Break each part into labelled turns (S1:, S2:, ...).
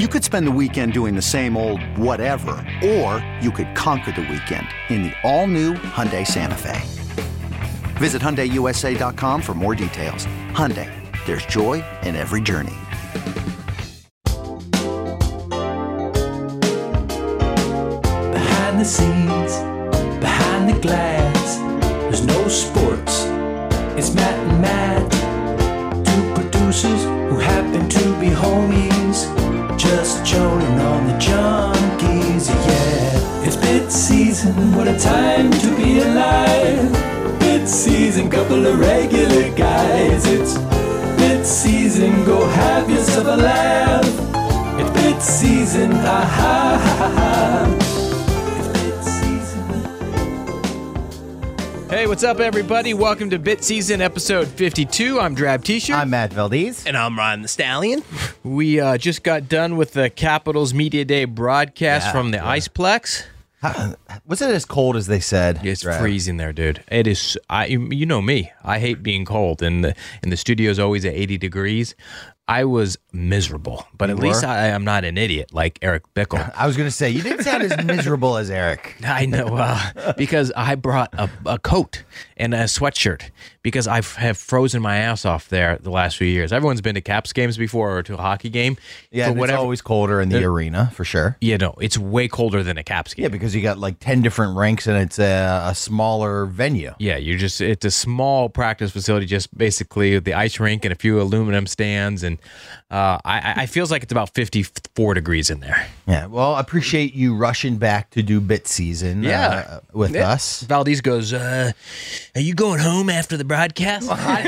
S1: You could spend the weekend doing the same old whatever, or you could conquer the weekend in the all-new Hyundai Santa Fe. Visit HyundaiUSA.com for more details. Hyundai, there's joy in every journey.
S2: Behind the scenes, behind the glass, there's no sports. It's Matt and Matt, two producers who happen to be homies, just joning on the junkies. Yeah, it's bit season. What a time to be alive! Bit season, couple of regular guys. It's bit season. Go have yourself a laugh. It's bit season. Ah ha ha ha. It's bit season.
S3: Hey, what's up, everybody? Welcome to Bit Season, episode 52. I'm Drab T-shirt.
S4: I'm Matt Valdez.
S5: And I'm Ryan the Stallion.
S3: we uh, just got done with the Capitals Media Day broadcast
S4: Yeah,
S3: from the Iceplex.
S4: Was it as cold as they said?
S3: It's
S4: Right.
S3: freezing there, dude. It is. I, you know me. I hate being cold, and the and the studio's always at 80 degrees. I was miserable, but at least I am not an idiot like Eric Bickle.
S4: I was gonna say you didn't sound as miserable as Eric.
S3: I know uh, because I brought a, a coat and a sweatshirt because I have frozen my ass off there the last few years. Everyone's been to Caps games before or to a hockey game.
S4: Yeah,
S3: For
S4: and it's always colder in the arena for sure.
S3: you know, it's way colder than a Caps game.
S4: Yeah, because you got like ten different ranks and it's a, a smaller venue.
S3: Yeah, you're just it's a small practice facility, just basically with the ice rink and a few aluminum stands, and uh, I- I, I feels like it's about 54 degrees in there.
S4: Yeah. Well, I appreciate you rushing back to do bit season. uh,
S3: Yeah.
S4: with
S3: Yeah.
S4: us.
S3: Valdez goes, uh, "Are you going home after the broadcast?" and, I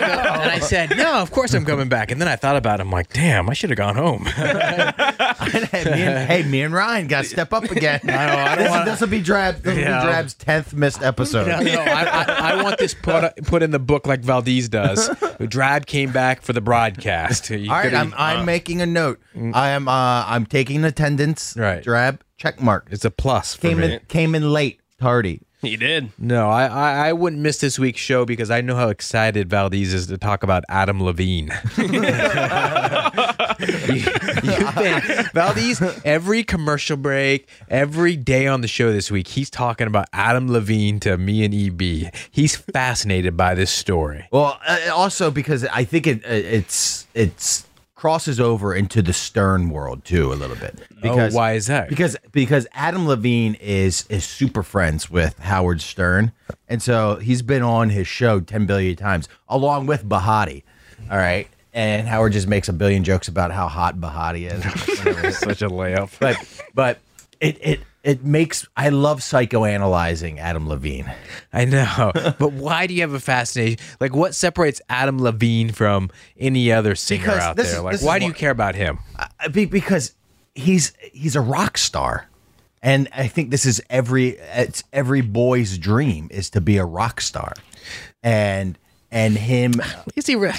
S3: go, and I said, "No, of course I'm coming back." And then I thought about it. I'm like, "Damn, I should have gone home."
S4: hey, me and, hey, me and Ryan got to step up again.
S3: I don't
S4: This-
S3: wanna-
S4: This will be Drab. This will
S3: Yeah.
S4: be Drab's tenth missed episode.
S3: No, no, I, I, I want this put put in the book like Valdez does. Drab came back for the broadcast. You
S4: All right,
S3: could've-
S4: I'm, I'm making a note. I am uh, I'm taking attendance.
S3: Mm. Right.
S4: Drab check mark.
S3: it's a plus. For
S4: came
S3: me.
S4: in came in late, tardy.
S5: He did.
S3: No, I, I, I wouldn't miss this week's show because I know how excited Valdez is to talk about Adam Levine. you, you've been- Valdez, every commercial break, every day on the show this week, he's talking about Adam Levine to me and EB. He's fascinated by this story.
S4: Well, uh, also because I think it uh, it's it's crosses over into the Stern world too a little bit. Because
S3: oh, why is that?
S4: Because because Adam Levine is is super friends with Howard Stern, and so he's been on his show ten billion times along with Bahati. All right, and Howard just makes a billion jokes about how hot Bahati is.
S3: such a layup.
S4: but but it it it makes I love psychoanalyzing Adam Levine.
S3: I know, but why do you have a fascination? Like, what separates Adam Levine from any other singer
S4: Because
S3: out
S4: this
S3: there?
S4: is-
S3: Like,
S4: this is
S3: why do you
S4: what-
S3: care about him?
S4: I- Uh, be- because he's he's a rock star and i think this is every it's every boy's dream is to be a rock star and and him
S3: Is he? Re-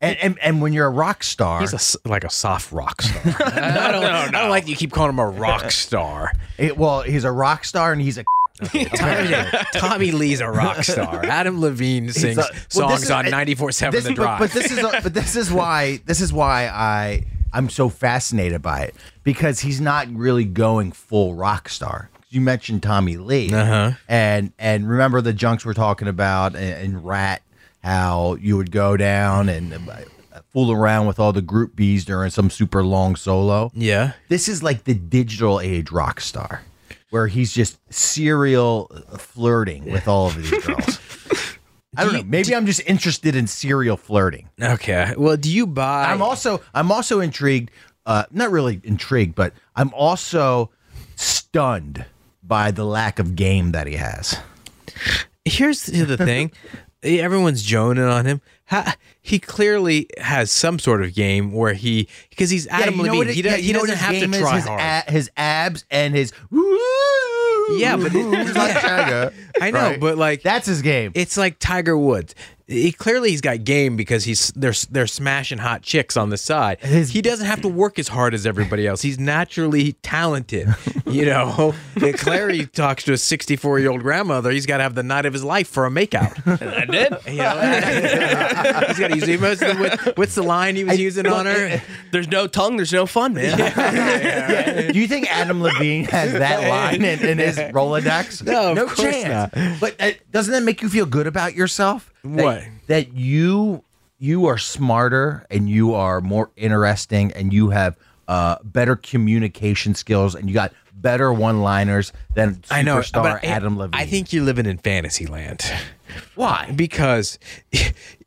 S4: and and, and when you're a rock star
S3: He's a s like a soft rock star. I, don't, I don't like that you keep calling him a rock star.
S4: it- well he's a rock star and he's a
S3: Tommy, Tommy Lee's a rock star. Adam Levine
S4: he's
S3: sings
S4: a- well,
S3: songs
S4: this is-
S3: on
S4: it-
S3: 94.7
S4: this-
S3: The
S4: but-
S3: Drive.
S4: But, this is a, but this is why this is why I I'm so fascinated by it because he's not really going full rock star. You mentioned Tommy Lee, uh-huh. and and remember the junks we're talking about and, and Rat, how you would go down and uh, fool around with all the group bees during some super long solo.
S3: yeah.
S4: This is like the digital age rock star, where he's just serial flirting with all of these girls. I don't know. Maybe I'm just interested in serial flirting.
S3: Okay. Well, do you buy?
S4: I'm also I'm also intrigued. Uh, not really intrigued, but I'm also stunned by the lack of game that he has.
S3: Here's the thing. Everyone's joning on him. ha- he clearly has some sort of game where he because he's
S4: Yeah,
S3: Adam
S4: you know
S3: Levine.
S4: what it-
S3: he, do-
S4: yeah,
S3: he
S4: you know what
S3: doesn't
S4: his
S3: have to
S4: game is?
S3: try
S4: his,
S3: hard.
S4: a- his abs and his.
S3: Yeah, but it-
S4: like Tiger.
S3: I know,
S4: right?
S3: but like
S4: that's his game.
S3: It's like Tiger Woods. He clearly he's got game because he's they're they're smashing hot chicks on the side.
S4: His-
S3: he doesn't have to work as hard as everybody else. He's naturally talented. You know, And Clary talks to a 64 year old grandmother. He's got to have the night of his life for a makeout. I did. You know, he's got to use he must- what- what's the line he was using on her?
S5: There's no tongue. There's no fun, man.
S4: Yeah. Do you think Adam Levine has that line in, in his Rolodex?
S3: No, of course
S4: not. But uh, doesn't that make you feel good about yourself? That-
S3: What?
S4: That you you are smarter and you are more interesting and you have uh, better communication skills and you got better one-liners than superstar
S3: I know, but I-
S4: Adam Levine.
S3: I think you're living in fantasy land.
S4: why?
S3: because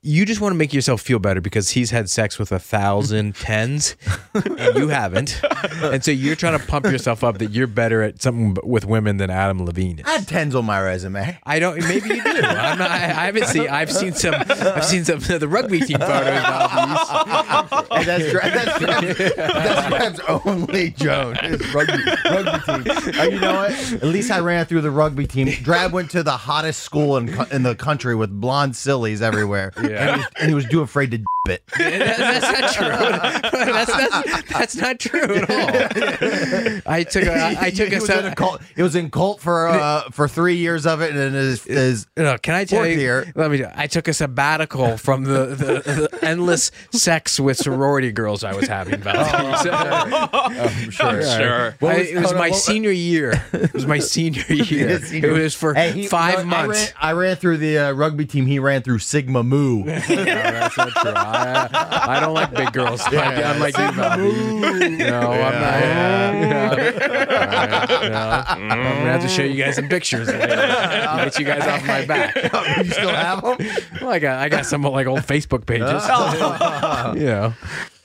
S3: you just want to make yourself feel better because he's had sex with a thousand tens and you haven't and so you're trying to pump yourself up that you're better at something b- with women than adam levine
S4: I
S3: is.
S4: had tens on my resume.
S3: I don't. Maybe you do. I'm not, I, I haven't seen. I've seen some. I've seen some of the rugby team photos. About these.
S4: And Oh, that's Dra- that's Dra- that's Drav's only Joan. Is rugby, rugby team. Uh, you know what? At least I ran through the rugby team. Drab went to the hottest school in, co- in the country with blonde sillies everywhere, and, he was, and he was too afraid to d- it.
S3: That- that's not true. That's, that's that's not true at all. I took. A, I, I took
S4: He
S3: a.
S4: was in
S3: se-
S4: cult. It was in cult for uh, for three years of it, and then his, his
S3: No, can I tell
S4: Fourth
S3: you?
S4: year.
S3: Let me. I took a sabbatical from the, the, the endless sex with sorority girls I was having. About
S4: I'm Oh, sure.
S5: I'm sure.
S4: was-
S3: it was
S4: hold on,
S3: my
S4: what-
S3: senior year. It was my senior year.
S4: Senior-
S3: It was for
S4: Hey, he-
S3: five
S4: no, I
S3: months.
S4: ran- I ran, through the uh, rugby team. He ran through Sigma Mu.
S3: No, that's not true. I, I don't like big girls. I, am like you, Bobby. No, I'm not. Yeah. No. I'm gonna have to show you guys some pictures. Later. Get you guys off my back.
S4: you still have him?
S3: Well, I got I got some like old Facebook pages. you know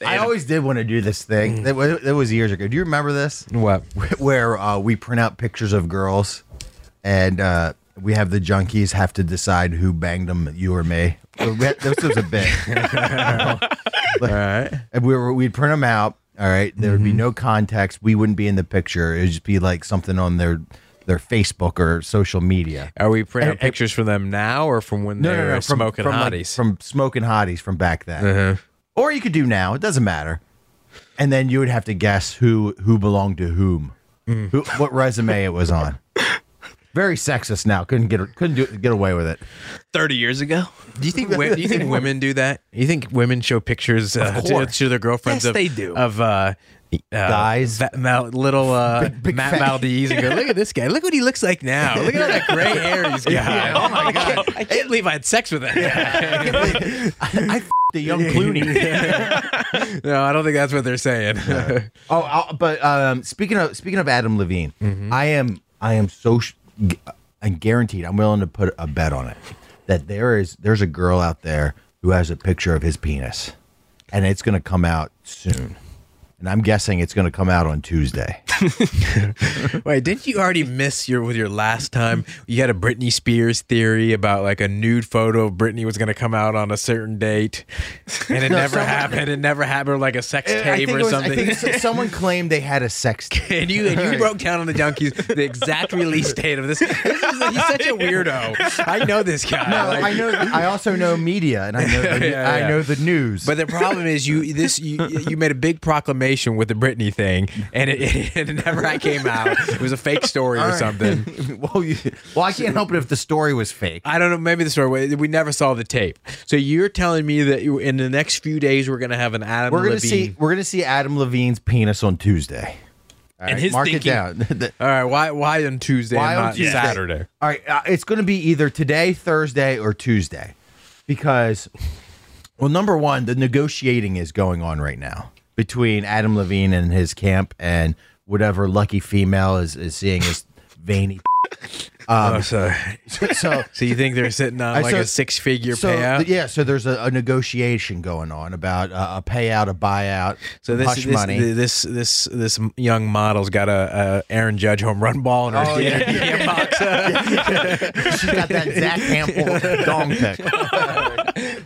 S4: I always did want to do this thing. That was, that was years ago. Do you remember this?
S3: what?
S4: Where uh, we print out pictures of girls, and uh, we have the junkies have to decide who banged them, you or me. So we had- This was a bit.
S3: All right.
S4: and we were, we'd print them out. All right, there would be no context. We wouldn't be in the picture. It'd just be like something on their their Facebook or social media.
S3: Are we printing pictures for them now or from when they were
S4: from,
S3: smoking
S4: from like-
S3: hotties? Uh-huh.
S4: from smoking hotties from back then, or you could do now. It doesn't matter. And then you would have to guess who who belonged to whom,
S3: Mm.
S4: who, what resume it was on. Very sexist now. Couldn't get couldn't do, get away with it.
S5: Thirty years ago.
S3: do you think wo- do you think women do that? You think women show pictures uh, to,
S4: course.
S3: to their girlfriends
S5: Yes,
S3: of
S5: they do.
S3: of uh, uh,
S4: Guys.
S3: Va- Mal- little uh,
S4: big
S3: Matt
S4: fat-
S3: Valdez, and go look at this guy. Look what he looks like now. Look at all that gray hair he's got. Oh my god! I can't, believe I had sex with that. guy.
S4: I f- the young Clooney.
S3: no, I don't think that's what they're saying.
S4: Oh, I'll, but um, speaking of speaking of Adam Levine, I am I am so sh- gu- I'm guaranteed. I'm willing to put a bet on it that there is there's a girl out there who has a picture of his penis, and it's going to come out soon. And I'm guessing it's going to come out on Tuesday.
S3: Wait, didn't you already miss your with your last time? You had a Britney Spears theory about like a nude photo of Britney was going to come out on a certain date, and it never happened. It never happened, or like a
S4: Uh,
S3: sex tape or something.
S4: someone claimed they had a sex.
S3: and you and you broke down on the junkies the exact release date of this. this is, he's such a weirdo. I know this guy.
S4: No,
S3: like-
S4: I know. I also know media, and I know the,
S3: Yeah, yeah.
S4: I know the news.
S3: But the problem is you this you you made a big proclamation with the Britney thing, and it, it never came out. It was a fake story or something.
S4: well, you, well, I can't help it if the story was fake.
S3: I don't know. Maybe the story. We- We never saw the tape. So you're telling me that you, in the next few days we're gonna have an Adam
S4: We're gonna
S3: Levine.
S4: see. We're gonna see Adam Levine's penis on Tuesday. All
S5: And his
S4: mark
S5: thinking-
S4: it down. The-
S3: All right. Why? Why on Tuesday?
S4: Why
S3: and
S4: on
S3: not
S4: Tuesday?
S3: Saturday?
S4: All right, uh, it's gonna be either today, Thursday, or Tuesday, because, well, number one, the negotiating is going on right now between Adam Levine and his camp and whatever lucky female is is seeing his veiny.
S3: oh, so
S4: So.
S3: so you think they're sitting on
S4: I-
S3: like
S4: so-
S3: a six figure
S4: So
S3: payout?
S4: th- yeah, so there's a, a negotiation going on about uh, a payout, a buyout,
S3: So this
S4: hush
S3: this,
S4: money.
S3: this this this young model's got a, a Aaron Judge home run ball in her
S4: Oh, yeah.
S3: DM box.
S4: She's got that Zach Campbell dong pick.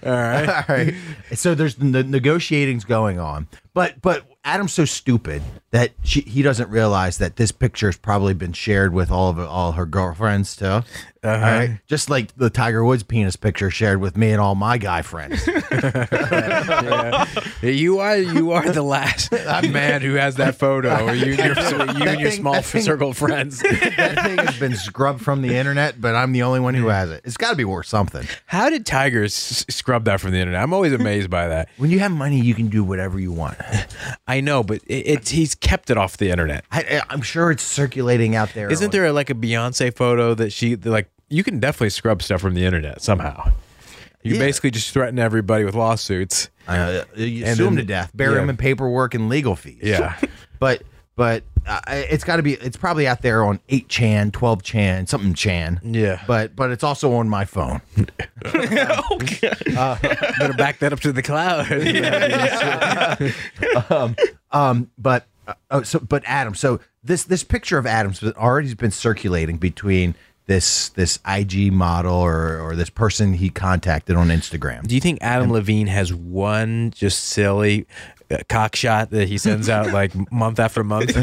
S3: All right.
S4: All right. So there's the negotiating's going on, but but Adam's so stupid that she, he doesn't realize that this picture's probably been shared with all of all her girlfriends too.
S3: Uh-huh.
S4: All right, just like the Tiger Woods penis picture shared with me and all my guy friends.
S3: You are you are the last man who has that photo. You, and your, you and your
S4: thing-
S3: small
S4: that thing-
S3: circle of friends.
S4: that thing has been scrubbed from the internet, but I'm the only one who has it. It's got to be worth something.
S3: How did Tigers s- scrub that from the internet? I'm always amazed by that.
S4: When you have money, you can do whatever you want.
S3: I know, but it, it's he's kept it off the internet.
S4: I, I'm sure it's circulating out there.
S3: Isn't there like a Beyonce photo that she that, like? You can definitely scrub stuff from the internet somehow. You
S4: Yeah.
S3: basically just threaten everybody with lawsuits.
S4: Uh, you
S3: And
S4: sue him
S3: then-
S4: to death, bury
S3: yeah.
S4: him in paperwork and legal fees.
S3: Yeah.
S4: but but uh, it's got to be. It's probably out there on eight chan, twelve chan, something chan.
S3: Yeah.
S4: But but it's also on my phone.
S3: Better back that up to the cloud.
S4: Um. But uh, oh, so but Adam. So this this picture of Adam's been- already been circulating between this this IG model or or this person he contacted on Instagram.
S3: Do you think Adam Levine has one just silly uh, cock shot that he sends out like month after month,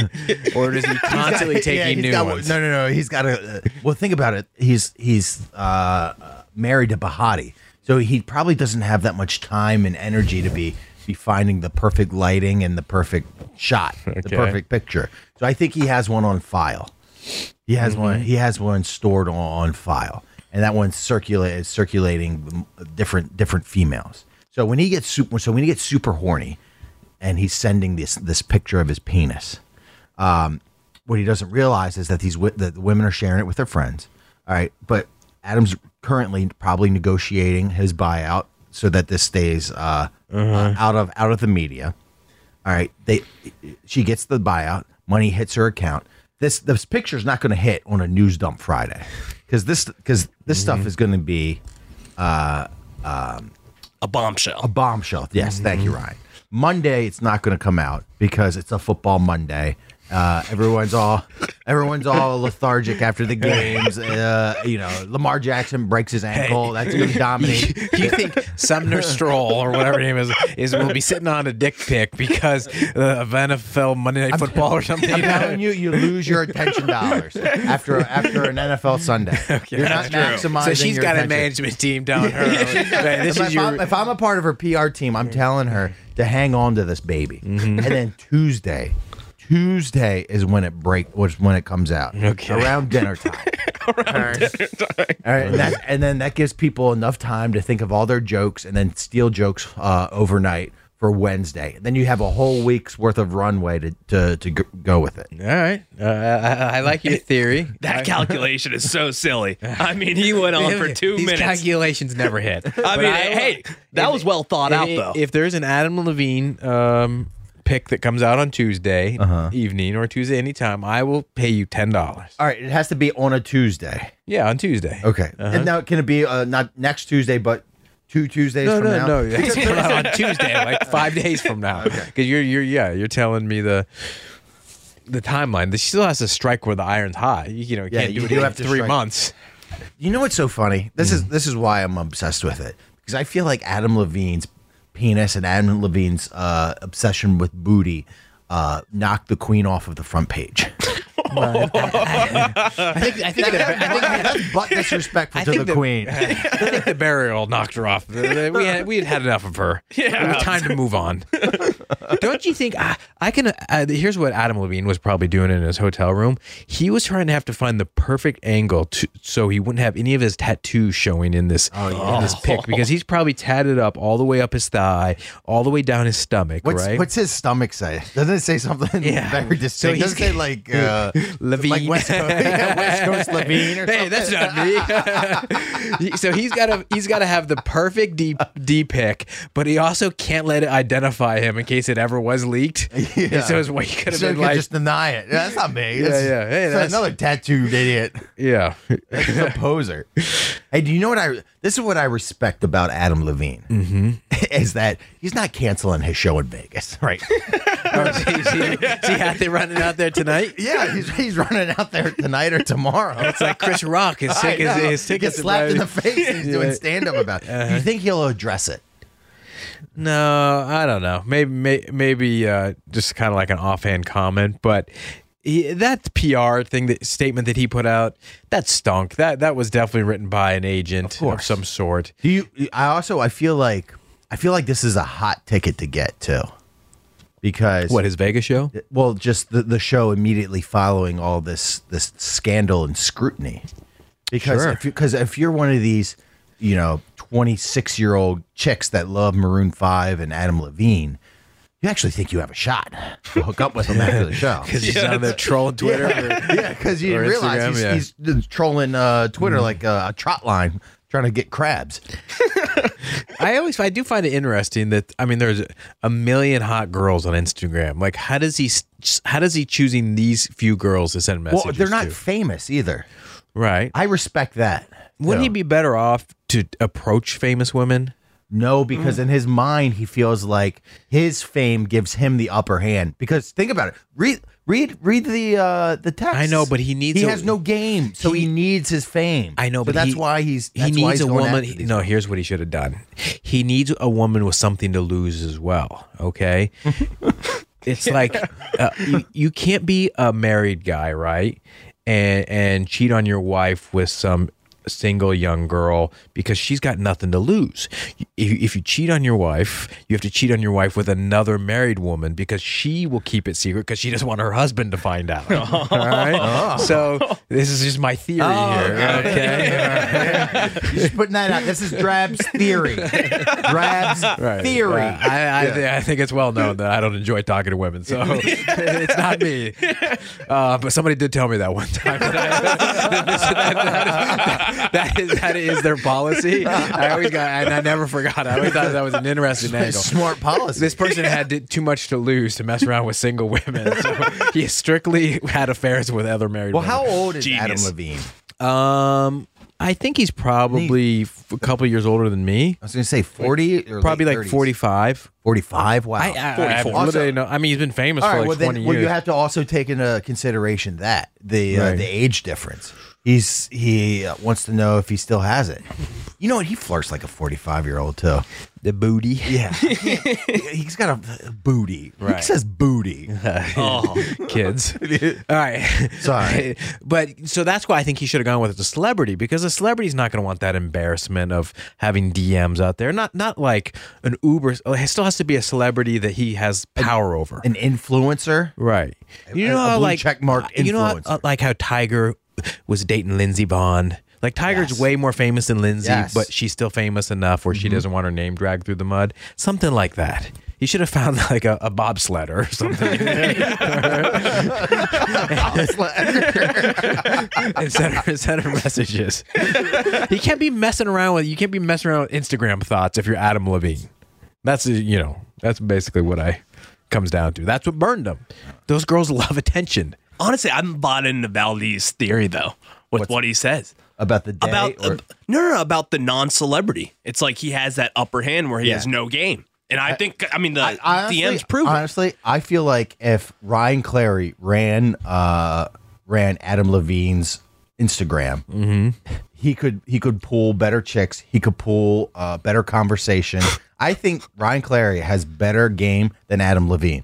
S3: or is he constantly taking
S4: he's
S3: new
S4: got-
S3: ones?
S4: No, no, no. He's got a. Uh, well, think about it. He's he's uh, married to Bahati, so he probably doesn't have that much time and energy to be be finding the perfect lighting and the perfect shot, the
S3: Okay.
S4: perfect picture. So I think he has one on file. He has one. He has one stored on, on file, and that one's circulate is circulating m- different different females. So when he gets super, so when he gets super horny, and he's sending this this picture of his penis, um, what he doesn't realize is that these wi- that the women are sharing it with their friends. All right, but Adam's currently probably negotiating his buyout so that this stays uh, uh, out of out of the media. All right, they she gets the buyout, money hits her account. This this picture's not going to hit on a news dump Friday because this because this
S3: Mm-hmm.
S4: stuff is going to be uh, um,
S5: A bombshell.
S4: a bombshell. Yes, thank
S3: Mm-hmm.
S4: you, Ryan. Monday, it's not going to come out because it's a football Monday. Uh, everyone's all everyone's all lethargic after the games. Uh, you know, Lamar Jackson breaks his ankle. That's going to dominate.
S3: you think Sumner Stroll or whatever his name is is will be sitting on a dick pic because uh, of NFL Monday Night Football or something?
S4: I'm
S3: you know?
S4: telling you, you lose your attention dollars after after an NFL Sunday. You're not maximizing.
S3: so she's
S4: your
S3: got a
S4: attention.
S3: management team down her. Right, this
S4: if,
S3: is
S4: I'm,
S3: your,
S4: if I'm a part of her PR team, I'm telling her to hang on to this baby.
S3: Mm-hmm.
S4: And then Tuesday, Tuesday is when it break was when it comes out.
S3: Okay.
S4: Around dinner time. All right. All right, and, that, and then that gives people enough time to think of all their jokes and then steal jokes uh, overnight for Wednesday. Then you have a whole week's worth of runway to to, to g- go with it.
S3: all right, uh, I, I like your theory.
S5: That calculation is so silly. I mean, he went on for two
S3: These
S5: minutes.
S3: calculations never hit.
S5: I mean, hey, that was well thought out,
S3: if,
S5: though.
S3: If there's an Adam Levine um, pick that comes out on Tuesday
S5: Uh-huh.
S3: evening or Tuesday anytime, I will pay you ten dollars.
S4: All right, it has to be on a Tuesday.
S3: Yeah, on Tuesday.
S4: Okay. And now can it be uh, not next Tuesday, but two Tuesdays
S3: No,
S4: from
S3: no,
S4: now?
S3: no. It's coming out on Tuesday, like five days from now. Because you're, you're, yeah, you're telling me the the timeline. She still has to strike where the iron's hot. You, you know, you
S4: Yeah,
S3: can't
S4: you
S3: do it
S4: do
S3: in
S4: have to
S3: three
S4: strike.
S3: months.
S4: You know what's so funny? This is this is why I'm obsessed with it because I feel like Adam Levine's penis and Adam Levine's uh, obsession with booty uh, knocked the queen off of the front page.
S3: I think, I think, the,
S4: That's but disrespectful
S3: I
S4: to
S3: think
S4: the,
S3: the-
S4: queen.
S3: I think the burial knocked her off. The- the- We had, we had had enough of her.
S5: Yeah.
S3: It was time to move on. Don't you think? I, I can. Uh, here's what Adam Levine was probably doing in his hotel room. He was trying to have to find the perfect angle to, so he wouldn't have any of his tattoos showing in this
S4: Oh,
S3: in this pic because he's probably tatted up all the way up his thigh, all the way down his stomach.
S4: What's,
S3: right?
S4: what's his stomach say? Doesn't it say something
S3: Yeah.
S4: very distinct?
S3: he's-
S4: Doesn't it say like uh,
S3: Levine.
S4: like West Coast, yeah, West Coast Levine or
S3: hey,
S4: something?
S3: that's not me. so he's got to he's got to have the perfect D D pick, but he also can't let it identify him in case case it ever was leaked.
S4: Yeah.
S3: And so his way could have
S4: So you
S3: been
S4: could
S3: like,
S4: just deny it. Yeah, That's not me.
S3: Yeah,
S4: That's-
S3: yeah. Hey,
S4: that's
S3: that's-
S4: another tattooed idiot.
S3: yeah,
S4: He's a poser. hey, do you know what I? This is what I respect about Adam Levine mm-hmm. is that he's not canceling his show in Vegas, right?
S3: Oh, see, see, see how they running out there tonight?
S4: yeah, he's, he's running out there tonight or tomorrow.
S3: It's like Chris Rock. His
S4: I
S3: tickets,
S4: know.
S3: his
S4: He gets
S3: tickets
S4: slapped in the face. and He's doing
S3: Yeah.
S4: stand up about. it. Do you think he'll address it?
S3: No, I don't know. Maybe may, maybe uh, just kind of like an offhand comment, but he, that PR thing, that statement that he put out, that stunk. That that was definitely written by an agent of,
S4: course.
S3: some sort.
S4: Do you? I also I feel like I feel like this is a hot ticket to get too, because
S3: What his Vegas show?
S4: well just the, the show immediately following all this this scandal and scrutiny because
S3: Sure.
S4: if, you, cause if you're one of these you know 26 year old chicks that love maroon 5 and adam levine you actually think you have a shot to hook up with him after the show
S3: Because he's on there trolling Twitter. or-
S4: yeah because you
S3: Or
S4: didn't realize
S3: Instagram,
S4: he's,
S3: yeah. Mm-hmm.
S4: he's uh, trolling uh, twitter like uh, a trot line trying to get crabs
S3: I always I do find it interesting that I mean there's a million hot girls on Instagram. Like how does he s- how does he choosing these few girls to send messages?
S4: well they're not
S3: to?
S4: famous either
S3: right.
S4: i respect that
S3: Wouldn't
S4: though.
S3: he be better off to approach famous women?
S4: No, because
S3: Mm.
S4: in his mind he feels like his fame gives him the upper hand. Because think about it. Read read read the uh the text.
S3: I know, but he needs
S4: He
S3: a-
S4: has no game, so he,
S3: he-
S4: needs his fame.
S3: I know,
S4: So
S3: but
S4: that's
S3: he-
S4: why he's
S3: he
S4: that's
S3: needs
S4: why he's
S3: a
S4: going
S3: woman.
S4: after
S3: he-
S4: these
S3: no, here's what he should have done. He needs a woman with something to lose as well. Okay, it's like uh, you, you can't be a married guy, right? And and cheat on your wife with some single young girl because she's got nothing to lose. If, if you cheat on your wife, you have to cheat on your wife with another married woman because she will keep it secret because she doesn't want her husband to find out. All right. So
S4: Oh.
S3: this is just my theory here. okay?
S4: people. Just putting that out. This is Drab's theory. Drab's
S3: Right.
S4: theory.
S3: Yeah. I, I, thi- I think it's well known that I don't enjoy talking to women, so it's not me. Uh, but somebody did tell me that one time. That, I, that, this- that- that is, that is their policy. I always got, and I never forgot. I always thought that was an interesting angle.
S4: Smart policy.
S3: This person had d- too much to lose to mess around with single women, so he strictly had affairs with other married
S4: well,
S3: women.
S4: how old is
S5: Genius.
S4: Adam Levine?
S3: Um, I think he's probably f- a couple years older than me.
S4: I was gonna say forty or
S3: Probably
S4: late
S3: like
S4: 30s.
S3: 45.
S4: Forty five? Wow.
S3: I, I, I,
S5: 44.
S3: literally know- I mean, he's been famous
S4: All
S3: for
S4: right.
S3: like
S4: well, then,
S3: 20
S4: well,
S3: years.
S4: you have to also take into consideration that the uh,
S3: Right.
S4: the age difference. He's he uh, wants to know if he still has it. You know what? He flirts like a forty five year old too.
S3: the booty.
S4: Yeah, he's got a uh, booty. He
S3: Right.
S4: says booty.
S5: Oh,
S3: Kids. All right.
S4: Sorry.
S3: but so that's why I think he should have gone with a celebrity because a celebrity's not going to want that embarrassment of having DMs out there. Not not like an Uber. oh, It still has to be a celebrity that he has power over.
S4: An influencer.
S3: Right. You
S4: a-
S3: know
S4: a
S3: how
S4: blue
S3: like uh,
S4: check mark
S3: You know how,
S4: influencer.
S3: like how Tiger was dating Lindsay Bond. Like Tiger's
S4: Yes.
S3: way more famous than Lindsay,
S4: Yes. Mm-hmm.
S3: but she's still famous enough where she doesn't want her name dragged through the mud. Something like that. You should have found like a, a bobsledder or something and sent her, sent her messages. you can't be messing around with you can't be messing around with Instagram thoughts if you're Adam Levine. That's uh, you know that's basically what I comes down to. That's what burned him. Those girls love attention.
S5: honestly, I'm bought into Valdez's theory though with what he says.
S4: about the day
S5: about uh,
S4: or-
S5: ab- no, no, no, about the non-celebrity. It's like he has that upper hand where he has no game, and I, think I mean the DMs prove it.
S4: Honestly, I feel like if Ryan Clary ran uh ran Adam Levine's Instagram,
S5: Mm-hmm.
S4: he could he could pull better chicks. He could pull uh, better conversation. I think Ryan Clary has better game than Adam Levine.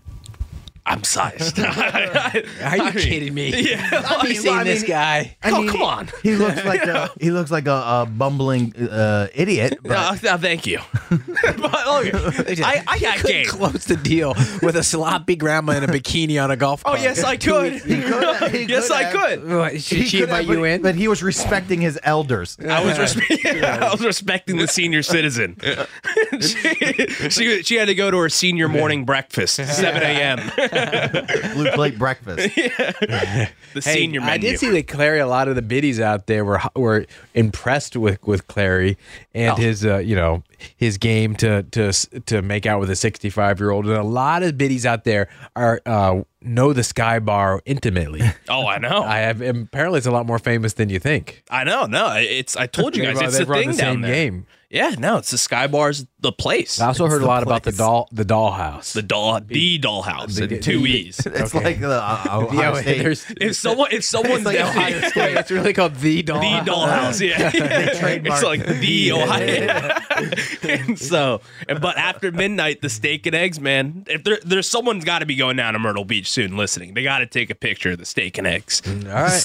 S5: I'm sized.
S3: Are you kidding me?
S4: I mean, I mean,
S3: guy?
S4: I
S5: Oh,
S4: mean,
S5: come on.
S4: He looks like a he looks like a, a bumbling uh, idiot. But
S5: Uh, no, thank you. But, okay, I, I got
S3: Couldn't
S5: game.
S3: close the deal with a sloppy grandma in a bikini on a golf
S5: Oh
S3: cart.
S5: yes, I could.
S4: could- he
S5: yes,
S4: could
S5: I
S4: have.
S5: could.
S3: What,
S4: he
S3: should she
S4: could
S3: invite
S4: have,
S3: you
S4: but-
S3: in?
S4: But he was respecting his elders.
S5: I was, respe- I was respecting the senior citizen. she, she, she had to go to her senior morning breakfast, 7 a.m.
S4: blue plate breakfast.
S5: The
S3: Hey,
S5: senior menu.
S3: I did see that Clary. A lot of the biddies out there were were impressed with with Clary
S5: Oh.
S3: and his uh, you know his game to to to make out with a sixty five year old, and a lot of biddies out there are uh, know the Sky Bar intimately.
S5: oh, I know.
S3: I
S5: I,
S3: have apparently it's a lot more famous than you think.
S5: know. No, it's. I told you
S3: They
S5: guys,
S3: run-
S5: it's
S3: they
S5: the
S3: run
S5: thing down
S3: same
S5: there.
S3: game.
S5: Yeah, no, it's the Skybar's the place.
S3: I also heard a lot about the doll the dollhouse.
S5: the doll, the dollhouse,
S3: They-
S5: and two
S3: they-
S5: e's.
S4: It's like the uh, Ohio
S3: yeah,
S4: State.
S3: there's
S5: If someone, if someone's
S4: like
S5: down
S4: Ohio
S5: here-
S3: wait, it's really called the doll.
S5: the dollhouse. Yeah,
S4: trademarked
S5: it's like the Ohio. and so, and- but after midnight, the steak and eggs, man. If there, there's someone's got to be going down to Myrtle Beach soon, listening. They got to take a picture of the steak and eggs.
S3: All right.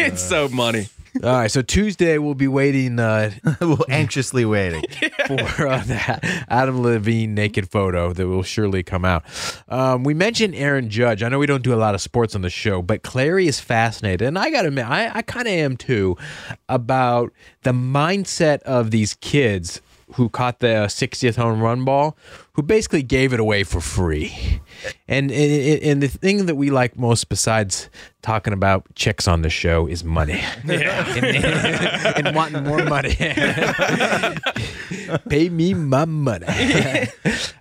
S5: it's so money.
S3: All right. So Tuesday we'll be waiting uh,
S4: Well, anxiously waiting.
S3: for uh, that Adam Levine naked photo that will surely come out. Um, we mentioned Aaron Judge. I know we don't do a lot of sports on the show, but Clary is fascinated, and I got to admit, I, I kind of am too, about the mindset of these kids who caught the 60th home run ball, who basically gave it away for free. And and, and the thing that we like most, besides talking about chicks on the show, is money and, and- and wanting more money. Pay me my money.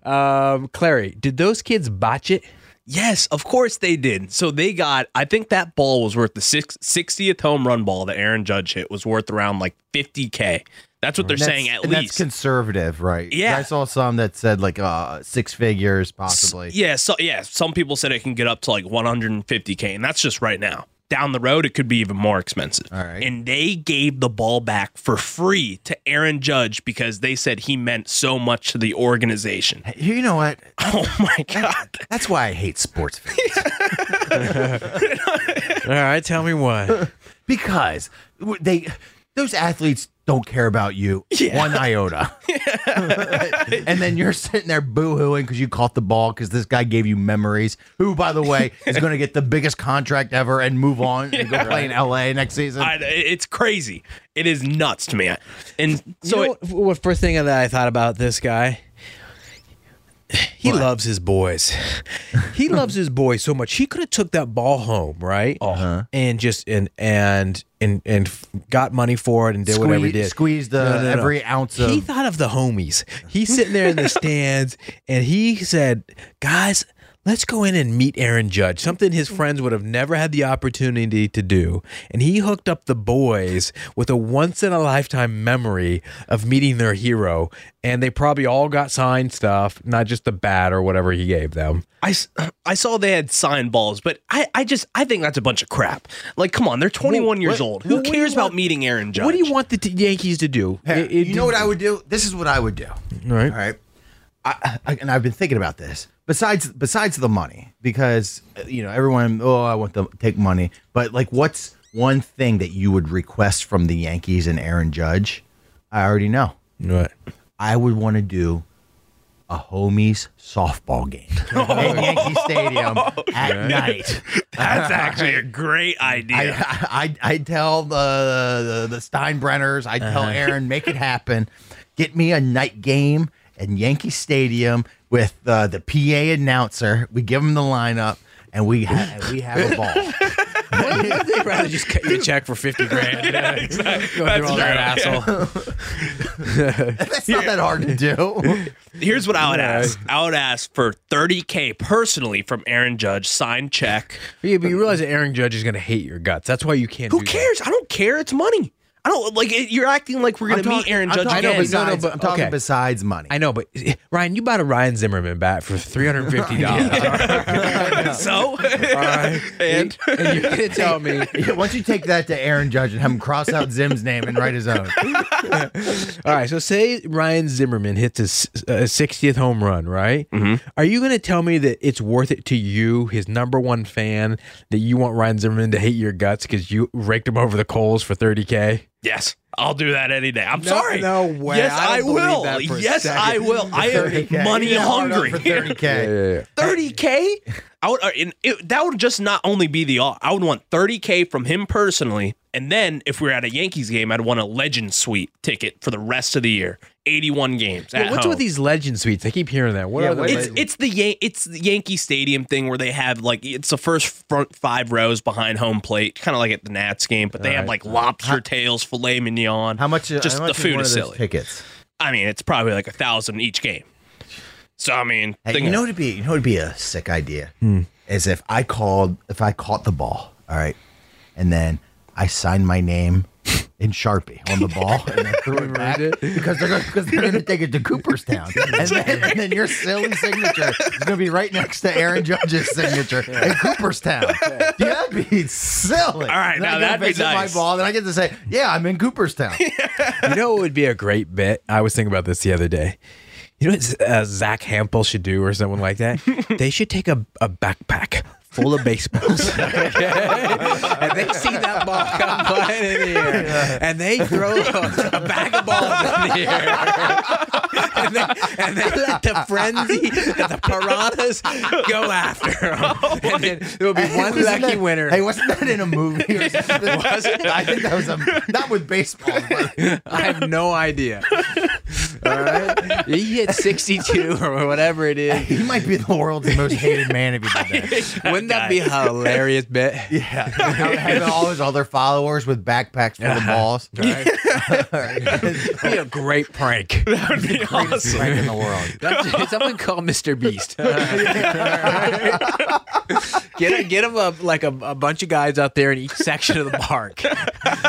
S3: um, Clary, did those kids botch it?
S5: Yes, of course they did. So they got, I think that ball was worth the six, 60th home run ball that Aaron Judge hit was worth around like 50K. That's what they're saying at
S4: and that's
S5: least.
S4: conservative, right?
S5: Yeah.
S4: I saw some that said like uh six figures possibly.
S5: yeah, so yeah, some people said it can get up to like 150K, and that's just right now. Down the road, it could be even more expensive.
S4: All right.
S5: And they gave the ball back for free to Aaron Judge because they said he meant so much to the organization.
S4: You know what?
S5: Oh my God.
S4: That's why I hate sports fans.
S3: All right, tell me why.
S4: because w- they those athletes don't care about you one iota. and then you're sitting there boo-hooing because you caught the ball because this guy gave you memories. Who, by the way, is going to get the biggest contract ever and move on and go play in LA next season?
S5: I, it's crazy. It is nuts to me. And so
S3: So,
S5: it-
S3: what first thing that I thought about this guy? He loves his boys. He loves his boys so much. He could have took that ball home, right? Uh-huh. And just and and and and f- got money for it and did whatever he
S4: Squeeze-
S3: did.
S4: squeeze the- every ounce
S3: He
S4: of-
S3: thought of the homies. He's sitting there in the stands and he said, "Guys, let's go in and meet Aaron Judge." Something his friends would have never had the opportunity to do. And he hooked up the boys with a once in a lifetime memory of meeting their hero. And they probably all got signed stuff, not just the bat or whatever he gave them.
S5: I, s- I saw they had sign balls, but I, I just I think that's a bunch of crap. Like, come on, they're 21 years old. Who
S3: what do you
S5: cares about
S3: want-
S5: meeting Aaron Judge?
S3: What do you want the t- Yankees to do?
S4: Hey,
S3: It- it-
S4: you know what I would do? This is what I would do.
S3: Right.
S4: All right. I, I, and I've been thinking about this. Besides, besides the money, because uh, you know everyone. Oh, I want to take money, but like, what's one thing that you would request from the Yankees and Aaron Judge? I already know.
S3: Right.
S4: I would want to do a homies softball game at Yankee Stadium at night.
S5: That's actually a great idea.
S4: I, I I tell the the, the Steinbrenners, I tell Aaron, make it happen. Get me a night game in Yankee Stadium with uh, the PA announcer. We give him the lineup, and we ha- we have a ball.
S3: They'd rather just cut you a check for 50 grand. Go
S5: That's
S3: through all that asshole.
S4: That's not that hard to do.
S5: Here's what I would ask. I would ask for 30k personally from Aaron Judge, signed check.
S3: Yeah, but you realize that Aaron Judge is going to hate your guts. That's why you can't
S5: Who
S3: do that.
S5: cares? I don't care. It's money. I don't like. It, you're acting like we're gonna
S4: I'm
S5: meet
S4: talking-
S5: Aaron
S4: I'm
S5: Judge
S4: talking
S5: again.
S4: besides-
S3: No, no, but-
S4: I'm talking
S3: okay.
S4: besides money.
S3: I know, but eh, Ryan, you bought a Ryan Zimmerman bat for $350.
S5: so,
S3: and,
S5: and
S3: and you're going to tell me.
S4: Yeah, Once you take that to Aaron Judge and have him cross out Zim's name and write his own,
S3: All right, so say Ryan Zimmerman hits his uh, 60th home run, right? Mm-hmm. Are you going to tell me that it's worth it to you, his number one fan, that you want Ryan Zimmerman to hate your guts because you raked him over the coals for 30K?
S5: yes, I'll do that any day. I'm
S3: No-
S5: sorry.
S3: no way.
S5: Yes,
S3: I
S5: I,
S3: don't believe
S5: will.
S3: that for a
S5: Yes,
S3: second.
S5: I will. I am
S4: 30K.
S5: money
S4: You're hard up
S5: hungry.
S4: for 30K.
S5: thirty k. I would, uh, and it, that would just not only be the au- I would want thirty k from him personally, and then if we are at a Yankees game, I'd want a legend suite ticket for the rest of the year. 81 games.
S3: Yeah,
S5: at
S3: what's
S5: home.
S3: with these legend suites? I keep hearing that. What
S4: Yeah,
S3: are the
S4: what
S5: It's
S4: Right.
S5: it's the Yan- it's the Yankee Stadium thing where they have like it's the first front five rows behind home plate, kind of like at the Nats game, but they have like lobster tails, filet mignon.
S4: How much? uh,
S5: Just
S4: how much
S5: the food
S4: one
S5: is
S4: of those
S5: silly.
S4: Tickets.
S5: I mean, it's probably like a thousand each game. So I mean,
S4: Hey,
S5: think-
S4: you know what would be you know would be a sick idea is if I called if I caught the ball, all right, and then I signed my name in Sharpie on the ball and then threw it back
S3: it?
S4: because they're gonna, because they're gonna take it to Cooperstown, and then, and then your silly signature is gonna be right next to Aaron Judge's signature in Cooperstown. Dude, that'd be silly.
S5: All right,
S4: Then I get
S5: now
S4: to
S5: that'd be
S4: visit
S5: nice.
S4: My ball, then I get to say, yeah, I'm in Cooperstown.
S3: you know, it would be a great bit. I was thinking about this the other day. You know what uh, Zach Hampel should do, or someone like that? they should take a, a backpack full of baseballs, okay? and they see that ball come flying in the air, and they throw a, a bag of balls in the air, and, they, and they let the frenzy, and the piranhas go after them, and then there will be one
S4: Wasn't
S3: lucky
S4: Oh that-
S3: winner.
S4: Hey, wasn't that in a movie? Or something? I think that was a not with baseball. But
S3: I have no idea. All right. He hit 62 or whatever it is.
S4: he might be the world's most hated man if he did that.
S3: Wouldn't that be a hilarious bit?
S4: Yeah, having all his other followers with backpacks full
S3: Uh-huh.
S4: of balls. Right?
S3: It'd be a great prank.
S5: that would be awesome.
S4: Prank in the world.
S3: That's- someone call Mr. Beast. All right. Get a, get him a, like a, a bunch of guys out there in each section of the park,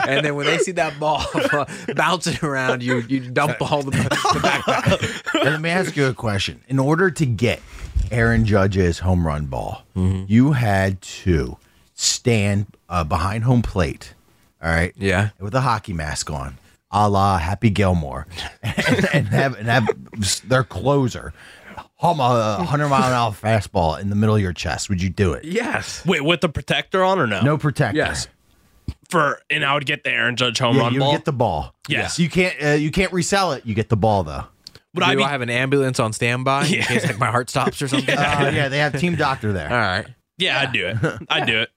S3: and then when they see that ball bouncing around, you you dump all the, the backpack.
S4: Now, Let me ask you a question. In order to get Aaron Judge's home run ball,
S5: Mm-hmm.
S4: you had to stand uh, behind home plate. All right.
S3: Yeah.
S4: With a hockey mask on, a la Happy Gilmore, and, and have and have s- their closer hum a hundred mile an hour fastball in the middle of your chest. Would you do it?
S3: Yes.
S5: Wait, with the protector on or no?
S4: No protector.
S3: Yes.
S5: For and I would get the Aaron Judge home
S4: Yeah,
S5: run
S4: you
S5: ball.
S4: get the ball.
S5: Yes.
S4: You can't. Uh, you can't resell it. You get the ball though.
S5: would
S3: Do
S5: I
S3: I,
S5: be?
S3: have an ambulance on standby in case like my heart stops or something?
S4: Uh, yeah, they have team doctor there.
S3: All right.
S5: yeah, I'd do it. I'd do it.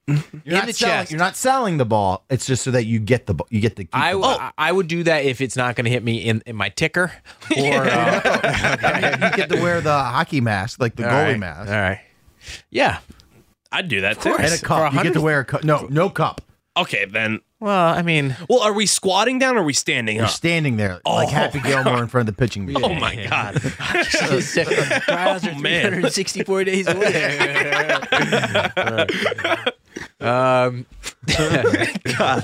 S3: In
S4: You're not
S3: the
S4: selling,
S3: chest.
S4: You're not selling the ball. It's just so that you get the ball. You get the. keep
S3: I,
S4: the
S3: w-
S4: ball.
S3: I- I would do that if it's not going to hit me in, in my ticker or uh,
S4: you get to wear the hockey mask, like the
S3: all
S4: goalie
S3: right,
S4: mask,
S3: All right. Yeah.
S5: I'd do that too.
S4: and a cup. You get to wear a cup. No, no cup.
S5: Okay, then.
S3: Well, I mean,
S5: Well, are we squatting down or are we standing
S4: You're
S5: up?
S4: standing there like
S5: Oh,
S4: Happy Gilmore in front of the pitching machine.
S5: oh my god.
S3: trials are
S5: Oh, man.
S3: 364 days away. um, No, I
S4: Uh,
S3: don't
S4: by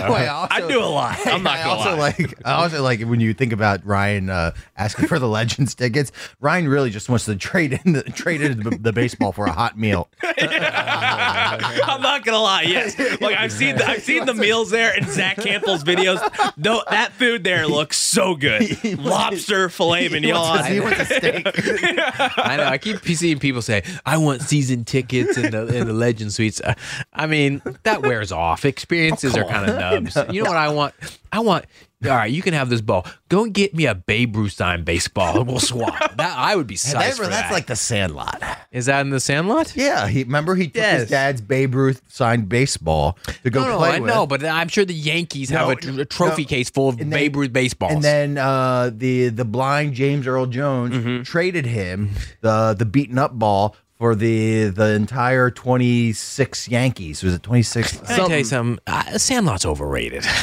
S4: the
S3: know.
S4: way, I also,
S5: I do a lot. I'm not
S4: I
S5: gonna
S4: also
S5: lie.
S4: like. I also like when you think about Ryan uh, asking for the Legends tickets. Ryan really just wants to trade in the trade in the, the baseball for a hot meal.
S5: I'm not gonna lie. Yes, like I've seen the, I've seen the meals there in Zach Campbell's videos. Though that food there looks so good, lobster
S4: He
S5: filet mignon.
S4: wants a steak.
S3: I know. I keep seeing people say, "I want season tickets in the in the Legend Suites." Uh, I mean, that wears off. Experiences are kind of nubs. You know what I want? I want. All right, you can have this ball. Go and get me a Babe Ruth signed baseball, and we'll swap. That I would be psyched
S4: That's
S3: for that.
S4: like the Sandlot.
S3: Is that in the Sandlot?
S4: Yeah, he remember he took
S3: Yes.
S4: his dad's Babe Ruth signed baseball to go
S3: No, no,
S4: play
S3: I
S4: with.
S3: know, but I'm sure the Yankees
S4: No,
S3: have a, a trophy
S4: no.
S3: case full of
S4: And then-
S3: Babe Ruth baseballs.
S4: and then uh, the the blind James Earl Jones
S3: Mm-hmm.
S4: traded him the the beaten up ball for the the entire twenty six Yankees. Was it twenty six?
S3: Can I tell you something? Uh, Sandlot's overrated.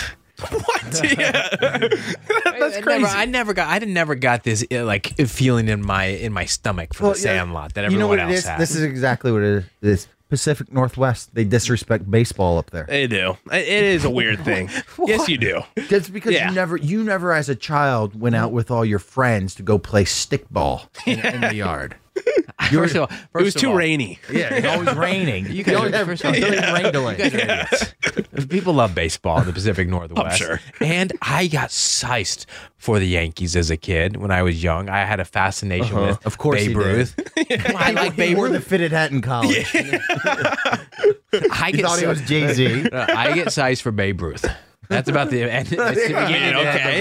S5: What? Yeah.
S3: That's crazy. I never got. I never got this uh, like feeling in my in my stomach for the Sandlot that
S4: you
S3: everyone
S4: know what it
S3: else
S4: is.
S3: has.
S4: This is exactly what it is. Pacific Northwest. They disrespect baseball up there.
S5: They do. It it is a weird thing. Yes, you do.
S4: That's because
S5: Yeah.
S4: you never, you never as a child went out with all your friends to go play stickball in, in the yard.
S3: First of all,
S5: It
S3: first
S5: was
S3: of
S5: too
S3: all,
S5: rainy.
S4: Yeah, it's always raining.
S3: You guys, are, first of all,
S4: rain
S3: you guys are idiots. People love baseball in the Pacific Northwest.
S5: sure.
S3: And I got sized for the Yankees as a kid when I was young. I had a fascination with
S4: Uh-huh. Of course
S3: Babe
S4: you did.
S3: Ruth. Well, I like
S4: He
S3: Babe
S4: wore the
S3: Ruth.
S4: fitted hat in college.
S3: I
S4: He
S3: get
S4: thought he
S3: so-
S4: was Jay Z.
S3: Uh, I get sized for Babe Ruth. That's about the end. It's the beginning and end
S5: okay.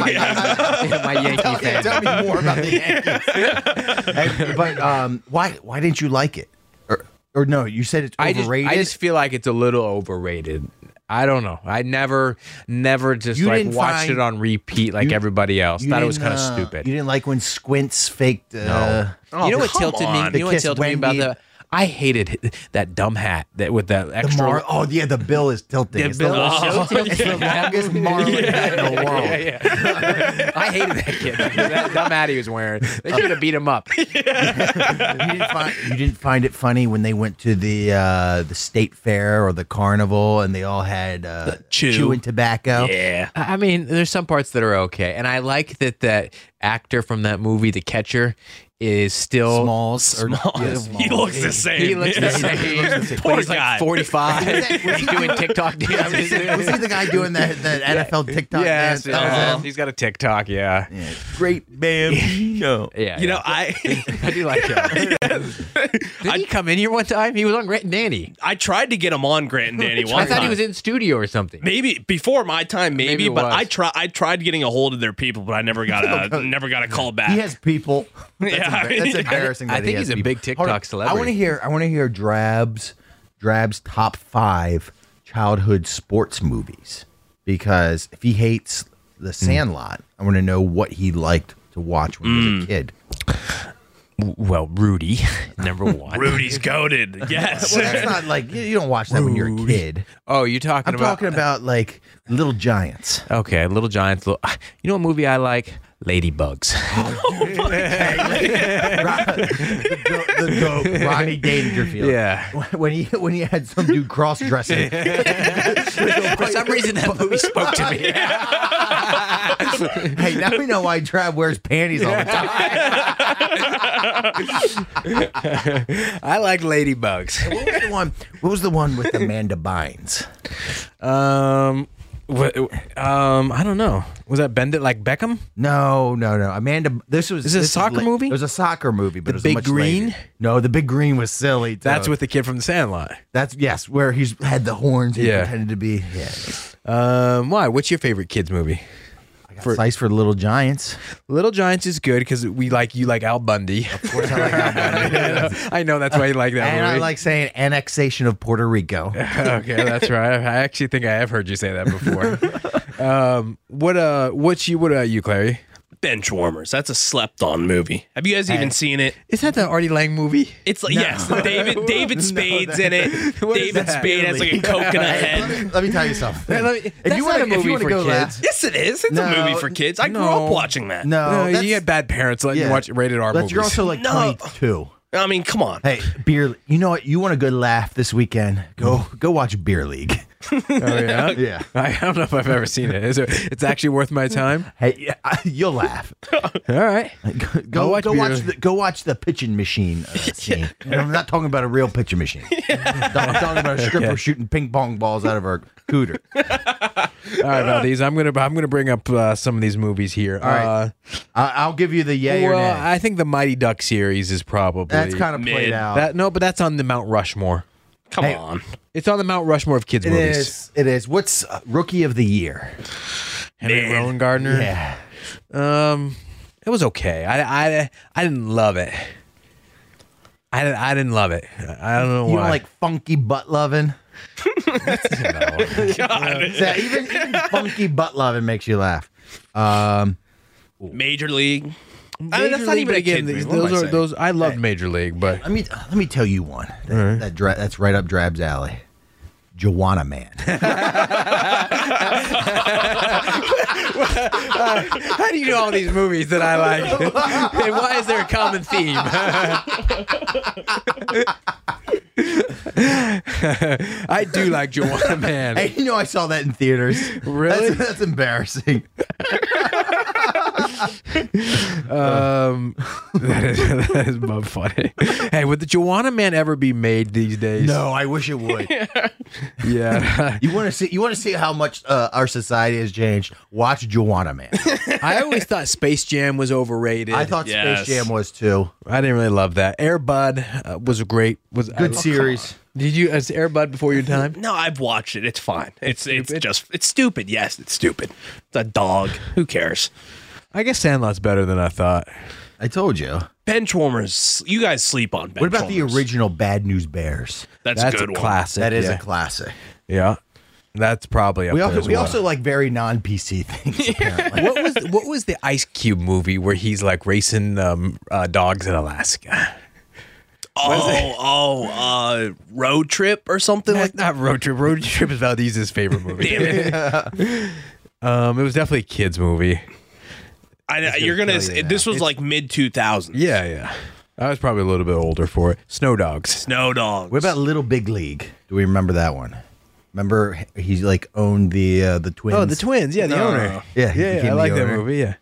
S3: of my, my Yankee fan.
S4: Okay, tell me more about the Yankees. And- but um, why why didn't you like it? Or or no, you said it's
S3: I just,
S4: overrated.
S3: I just feel like it's a little overrated. I, I don't know. I never, never just
S4: You
S3: like
S4: didn't
S3: watched
S4: find-
S3: it on repeat like
S4: you-
S3: everybody else.
S4: You
S3: Thought it was
S4: didn't,
S3: kind of
S4: uh,
S3: stupid. Oh,
S4: You didn't like when Squints faked. Uh,
S3: you know what
S5: come
S3: tilted me?
S5: on.
S3: You
S4: The
S3: know what
S4: Kiss
S3: tilted me about
S4: Wendy-
S3: that? I hated h- that dumb hat that with that
S4: the
S3: extra.
S4: Mar- oh yeah, the bill is tilting.
S3: The
S4: it's
S3: bill
S4: the,
S3: is
S4: longest-
S3: so
S4: it's
S3: tilting.
S4: the longest Marlin hat in the world.
S3: Yeah, yeah. I hated that kid. That dumb hat he was wearing. They should have beat him up.
S4: you, didn't find, you didn't find it funny when they went to the uh, the state fair or the carnival and they all had uh,
S5: chew.
S4: chewing tobacco.
S5: Yeah.
S3: I I mean, there's some parts that are okay, and I like that that actor from that movie, The Catcher, is still
S4: Smalls, or, yeah, Smalls.
S5: He looks the same.
S3: He looks the same.
S5: Poor
S3: but he's
S5: guy.
S3: like 45.
S4: Was that- was
S3: he's
S4: he
S3: doing
S4: doing-
S3: TikTok dances.
S4: Was he the guy doing that, that NFL TikTok dance? That was
S3: yes.
S4: him?
S3: He's got a TikTok. Yeah. Yeah.
S4: Great uh, bambino.
S3: yeah
S5: You know, I
S3: I do like him. Did he come in here one time? He was on Grant and Danny.
S5: I tried to get him on Grant and Danny one
S3: I thought
S5: time.
S3: he was in studio or something.
S5: Maybe before my time, maybe,
S3: Maybe it
S5: but
S3: was.
S5: I try I tried getting a hold of their people, but I never got a never got a call back.
S4: He has people. That's,
S5: Yeah,
S4: embar- that's embarrassing.
S3: I
S4: that he
S3: think
S4: has
S3: he's a
S4: people.
S3: big TikTok
S4: Hold on. I want
S3: celebrity.
S4: to hear. I want to hear Drab's Drab's top five childhood sports movies because if he hates The
S3: Hmm.
S4: Sandlot, I want to know what he liked to watch when he
S3: Hmm.
S4: was a kid.
S3: Well, Rudy, number one.
S5: Rudy's goaded. Yes.
S4: Well, that's not like you, you don't watch that when you're a kid.
S3: Oh, you're talking
S4: I'm
S3: about.
S4: talking about like Little Giants.
S3: Okay, Little Giants. Little, you know what movie I like? Ladybugs.
S4: the, the dope Ronnie Dangerfield.
S3: Yeah.
S4: When he when he had some dude cross dressing.
S3: For some reason, that movie spoke to me.
S4: hey, now we know why Trav wears panties all the time.
S3: I like Ladybugs.
S4: What was the one? What was the one with Amanda Bynes?
S3: Um, what, um, I don't know. Was that Bend It Like Beckham?
S4: No, no, no. Amanda. This was.
S3: Is it a
S4: this
S3: soccer
S4: la-
S3: movie?
S4: It was a soccer movie,
S3: The
S4: but it was
S3: Big
S4: much
S3: Green?
S4: later. No, the big green was silly. too.
S3: That's with the kid from The Sandlot.
S4: That's yes, where he's had the horns. and
S3: Yeah.
S4: pretended to be. Yeah.
S3: Um, why? What's your favorite kids movie?
S4: For, Slice for Little Giants.
S3: Little Giants is good because we like you like Al Bundy. Of course, I like Al Bundy. I know that's why you like that
S4: and
S3: movie.
S4: I like saying annexation of Puerto Rico.
S3: okay, that's right. I actually think I have heard you say that before. um, what uh, what you what about you, Clary?
S5: Bench warmers. That's a slept on movie. Have you guys even seen it?
S3: Is that the Artie Lang movie?
S5: It's like yes, David David Spade's in it.
S3: What is
S5: David
S3: that?
S5: Spade has like a coconut
S4: Hey,
S5: head.
S4: let, me, let me tell you something.
S3: Hey, let me-
S4: if
S3: that's
S4: you
S3: not
S4: wanna-
S3: a
S4: if
S3: movie
S4: you wanna
S3: for
S4: go
S3: kids.
S4: last-
S5: Yes, it is. It's a
S4: No,
S5: movie for kids. I grew
S3: no.
S5: up watching that.
S4: No,
S3: no,
S4: Oh, that's,
S3: you had bad parents letting
S4: yeah.
S3: you watch rated R
S4: That's-
S3: movies.
S4: You're also like
S5: No.
S4: 22.
S5: I mean, come on.
S4: Hey, beer. You know what? You want a good laugh this weekend? Go go watch Beer League.
S3: oh, yeah?
S4: Yeah.
S3: I don't know if I've ever seen it. Is it. It's actually worth my time.
S4: Hey, yeah, you'll laugh.
S3: All right.
S4: Go go
S3: watch
S4: watch,
S3: Beer League.
S4: the, go watch the pitching machine uh, scene. And I'm not talking about a real pitching machine. I'm talking about a stripper shooting ping pong balls out of her cooter.
S3: All right, Valdez. I'm gonna I'm gonna bring up uh, some of these movies here.
S4: All right.
S3: Uh,
S4: I, I'll give you the yay or
S3: well,
S4: nay.
S3: I think the Mighty Duck series is probably
S4: That's kind of played
S5: Mid.
S4: out.
S3: that. No, but that's on the Mount Rushmore.
S5: Come
S4: Hey.
S5: on.
S3: It's on the Mount Rushmore of kids
S4: it
S3: movies.
S4: is. It is. What's uh, rookie of the year?
S3: Henry Rowan Gardner.
S4: Yeah.
S3: Um, it was okay. I, I, I didn't love it. I didn't, I didn't love it. I don't know
S4: You
S3: why.
S4: don't like funky butt loving?
S5: God.
S4: Yeah, even, even funky butt loving makes you laugh. Um,
S5: Major League. I
S3: Major
S5: mean, that's not
S3: League,
S5: even
S3: but
S5: a kid
S3: again.
S5: movie.
S3: these-
S5: What am
S3: Those
S5: I
S3: are
S5: saying?
S3: those. I loved Major League, but
S4: let me let me tell you one that, that dra- that's right up Drab's alley. Joanna Man.
S3: how do you know all these movies that I like? and why is there a common theme? I do like Joanna Man.
S4: hey, you know I saw that in theaters.
S3: Really?
S4: That's, that's embarrassing.
S3: Um, that is that is bum funny. hey, would the Joanna Man ever be made these days?
S4: No, I wish it would.
S3: Yeah.
S4: You want to see? You want to see how much uh, our society has changed? Watch Joanna Man.
S3: I always thought Space Jam was overrated.
S4: I thought
S5: Yes.
S4: Space Jam was too.
S3: I didn't really love that. Air Bud uh, was a great was I-
S4: Good series.
S3: Did you as Air Bud before your time?
S5: No, I've watched it. It's fine. It's it's, just it's stupid. Yes, it's stupid. It's a dog. Who cares?
S3: I guess Sandlot's better than I thought.
S4: I told you.
S5: Bench warmers. You guys sleep on bench
S4: What about the
S5: warmers.
S4: original Bad News Bears?
S5: That's,
S3: That's
S5: a good
S3: a
S5: one.
S3: classic.
S4: That is
S3: yeah.
S4: a classic.
S3: yeah. That's probably up
S4: We
S3: there
S4: also
S3: as
S4: we
S3: well.
S4: also like very non PC things. Apparently,
S3: what was what was the Ice Cube movie where he's like racing um, uh, dogs in Alaska?
S5: Oh, oh, uh, road trip or something like
S3: That's not Road Trip. Road Trip is Valdez's favorite movie.
S5: Damn it.
S3: Um, it was definitely a kids movie.
S5: I, know you're gonna. say this was like mid 2000s.
S3: Yeah, yeah. I was probably a little bit older for it. Snow Dogs.
S5: Snow dogs.
S4: what about Little Big League? Do we remember that one? Remember he like owned the uh, the twins.
S3: twins. Yeah, Oh, the owner.
S4: Yeah, he
S3: yeah.
S4: became
S3: I
S4: the
S3: like that
S4: owner.
S3: movie. Yeah.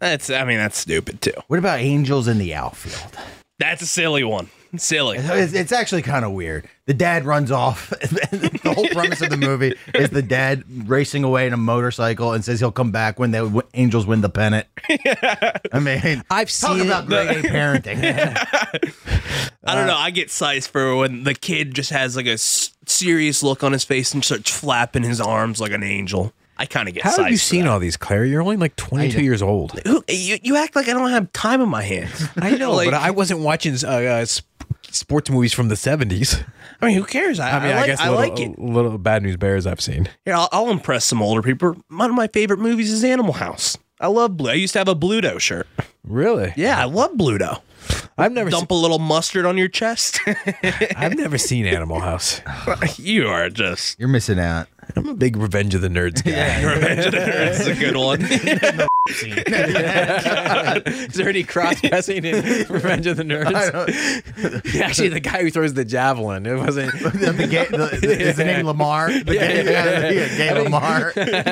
S5: That's. I mean, that's stupid too.
S4: What about Angels in the Outfield?
S5: That's a silly one. Silly.
S4: It's, it's actually kind of weird. The dad runs off. the whole premise of the movie is the dad racing away in a motorcycle and says he'll come back when the w- Angels win the pennant. I mean,
S3: I've
S4: talk
S3: seen
S4: about
S3: it.
S4: great parenting.
S5: I don't know. I get size for when the kid just has like a s- serious look on his face and starts flapping his arms like an angel. I kind of get.
S3: How
S5: size
S3: have you
S5: for
S3: seen
S5: that.
S3: all these, Claire? You're only like 22 years old.
S5: Who, you, you act like I don't have time on my hands.
S3: I know,
S5: Like-
S3: but I wasn't watching uh, uh, sp- sports movies from the 70s.
S5: I mean, who cares? I,
S3: I mean, I,
S5: like,
S3: guess
S5: I
S3: little,
S5: like it.
S3: little Bad News Bears I've seen.
S5: Here, I'll, I'll impress some older people. One of my favorite movies is Animal House. I love Blue. I used to have a Bluto shirt.
S3: Really?
S5: Yeah, I love Bluto.
S3: I've never
S5: Dump a little mustard on your chest.
S3: seen, I've never seen Animal House.
S5: you are just
S4: You're missing out.
S3: I'm a big Revenge of the Nerds guy.
S5: Revenge of the Nerds is a good one.
S3: Is there any cross dressing in Revenge of the Nerds? Actually, the guy who throws the javelin. It wasn't.
S4: The, the gay, the, the, Is the name Lamar? The gay, yeah, yeah, gay Lamar.
S3: I liked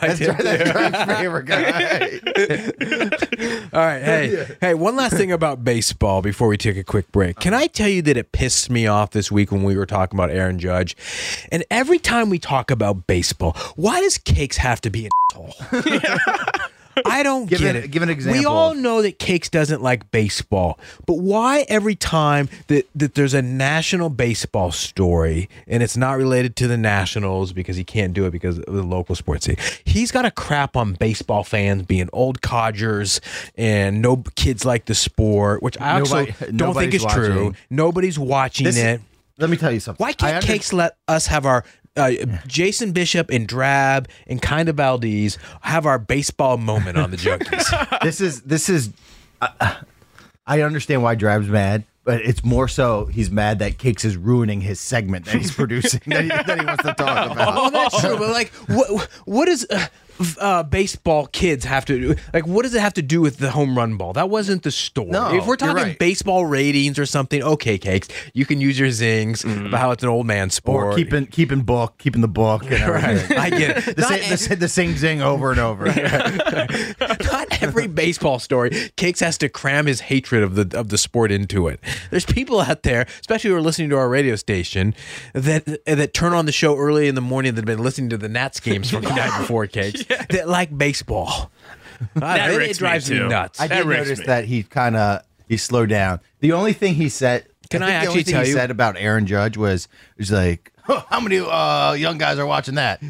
S4: That's
S3: him
S4: right. That's
S3: too.
S4: right. my favorite guy.
S3: All right, hey, hey. One last thing about baseball before we take a quick break. Can I tell you that it pissed me off this week when we were talking about Aaron Judge? And every time we talk about baseball, why does Cakes have to be an asshole? I don't
S4: Give
S3: get
S4: an-
S3: it.
S4: give an
S3: We
S4: example.
S3: all know that Cakes doesn't like baseball, but why every time that, that there's a national baseball story and it's not related to the Nationals because he can't do it because of the local sports team, he's got a crap on baseball fans being old codgers and no kids like the sport, which I also
S4: Nobody-
S3: don't think
S4: nobody's
S3: is true.
S4: watching.
S3: Nobody's watching
S4: This-
S3: it.
S4: Let me tell you something.
S3: Why
S4: I
S3: can't
S4: under-
S3: Cakes let us have our uh, Jason Bishop and Drab and kind of Valdez have our baseball moment on the Junkies?
S4: This is this is. uh, I I understand why Drab's mad, but it's more so he's mad that Cakes is ruining his segment that he's producing that, he, that he wants to talk about.
S3: Oh, that's true. But like, what what does uh, f- uh, baseball kids have to do? Like, what does it have to do with the home run ball? That wasn't the story.
S4: No,
S3: if we're
S4: you're
S3: talking
S4: right.
S3: baseball ratings or something, okay, cakes, you can use your zings about how it's an old man sport.
S4: or keeping keeping book, keeping the book, and everything.
S3: I get it.
S4: The,
S3: Not,
S4: same, the, sa- the same zing over and over.
S3: not every baseball story, Cakes has to cram his hatred of the of the sport into it. There's people out there, especially who are listening to our radio station, that that turn on the show early in the morning that have been listening to the Nats games from the night before Cakes that like baseball. I-
S5: That
S3: it,
S5: irks
S3: it
S5: me
S3: drives me,
S5: too.
S3: nuts.
S4: I
S5: That
S4: did
S5: irks
S4: notice
S5: me.
S4: that he kind of he slowed down. The only thing he said.
S3: Can I
S4: think the
S3: actually
S4: only thing
S3: tell
S4: he
S3: you-
S4: said about Aaron Judge was was like, "Huh, how many uh, young guys are watching that?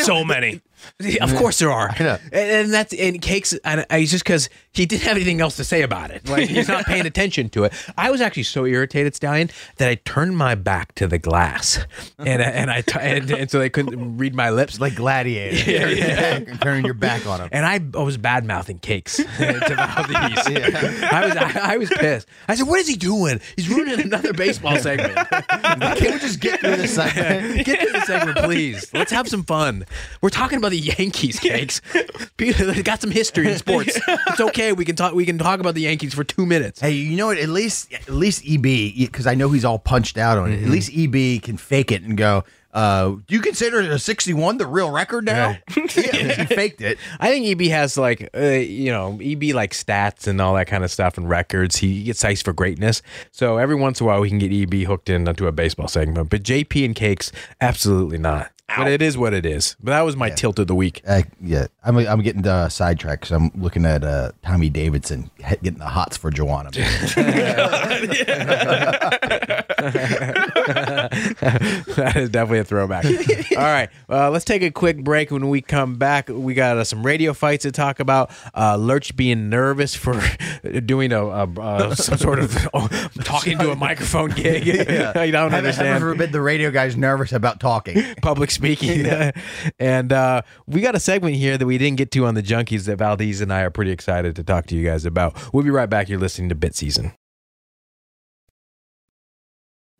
S5: so many.
S3: of course there are,
S4: know.
S3: and, and that's and Cakes. And I, it's just because he didn't have anything else to say about it, like he's not paying attention to it. I was actually so irritated, Stallion, that I turned my back to the glass, and I- and I t- and, and so they couldn't read my lips.
S4: It's like Gladiator. yeah, Turning your back on him.
S3: and I, I was bad mouthing cakes to Valdez. I was I, I was pissed. I said, "What is he doing? He's ruining another baseball segment.
S4: Can we just get through this segment?
S3: Get to the segment, please. Let's have some fun. We're talking about the Yankees, cakes. People they got some history in sports. It's okay. We can talk. We can talk about the Yankees for two minutes.
S4: Hey, you know what? At least, at least E EB, because I know he's all punched out on it.
S3: Mm-hmm.
S4: At least EB can fake it and go. Uh, do you consider a sixty-one the real record now? yeah, he faked it.
S3: I think EB has like uh, you know EB like stats and all that kind of stuff and records. He gets sized for greatness. So every once in a while we can get EB hooked in onto a baseball segment, but JP and Cakes absolutely not. But it is what it is. But that was my tilt of the week.
S4: Uh, yeah, I'm, I'm getting uh, sidetracked because I'm looking at uh, Tommy Davidson he- getting the hots for Joanna.
S3: that is definitely a throwback. All right, uh, let's take a quick break. When we come back, we got uh, some radio fights to talk about. Uh, Lurch being nervous for doing a, a uh, some sort of oh, talking to a microphone gig. I don't
S4: I've, I've
S3: understand
S4: ever been the radio guy's nervous about talking.
S3: public speaking. and uh, we got a segment here that we didn't get to on the Junkies that Valdez and I are pretty excited to talk to you guys about. We'll be right back. You're listening to Bit Season.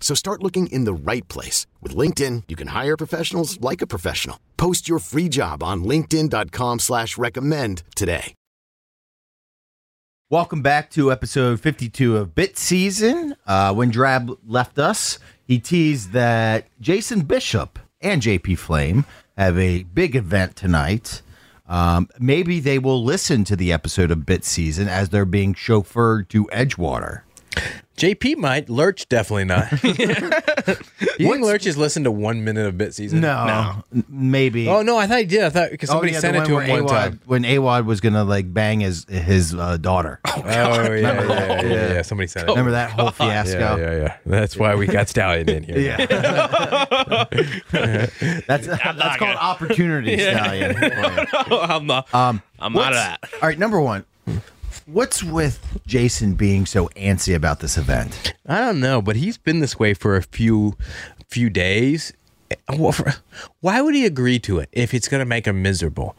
S6: So start looking in the right place. With LinkedIn, you can hire professionals like a professional. Post your free job on linkedin.com/recommend slash recommend today.
S4: Welcome back to episode 52 of Bit Season. Uh, when Drab left us, he teased that Jason Bishop and JP Flame have a big event tonight. Um, maybe they will listen to the episode of Bit Season as they're being chauffeured to Edgewater.
S3: JP might. Lurch definitely not. you think
S4: What's-
S3: Lurch has listened to one minute of Bit Season?
S4: n- maybe.
S3: Oh no, I thought he did. I thought because somebody
S4: Oh, yeah,
S3: sent
S4: the
S3: it to
S4: one
S3: him
S4: where
S3: one
S4: AWOD
S3: time.
S4: when Awad was gonna like bang his his uh, daughter.
S3: Oh yeah, yeah, yeah, yeah, yeah. Somebody sent it.
S4: Remember that whole fiasco?
S3: Yeah, yeah, yeah. That's why we got Stallion in here.
S4: Yeah. that's that's
S5: not
S4: called
S5: gonna-
S4: opportunity stallion.
S5: no, I'm not.
S4: Um,
S5: I'm out of
S4: what's-
S5: that.
S4: All right, number one. What's with Jason being so antsy about this event?
S3: I don't know, but he's been this way for a few few days. Well, for- Why would he agree to it if it's going to make him miserable?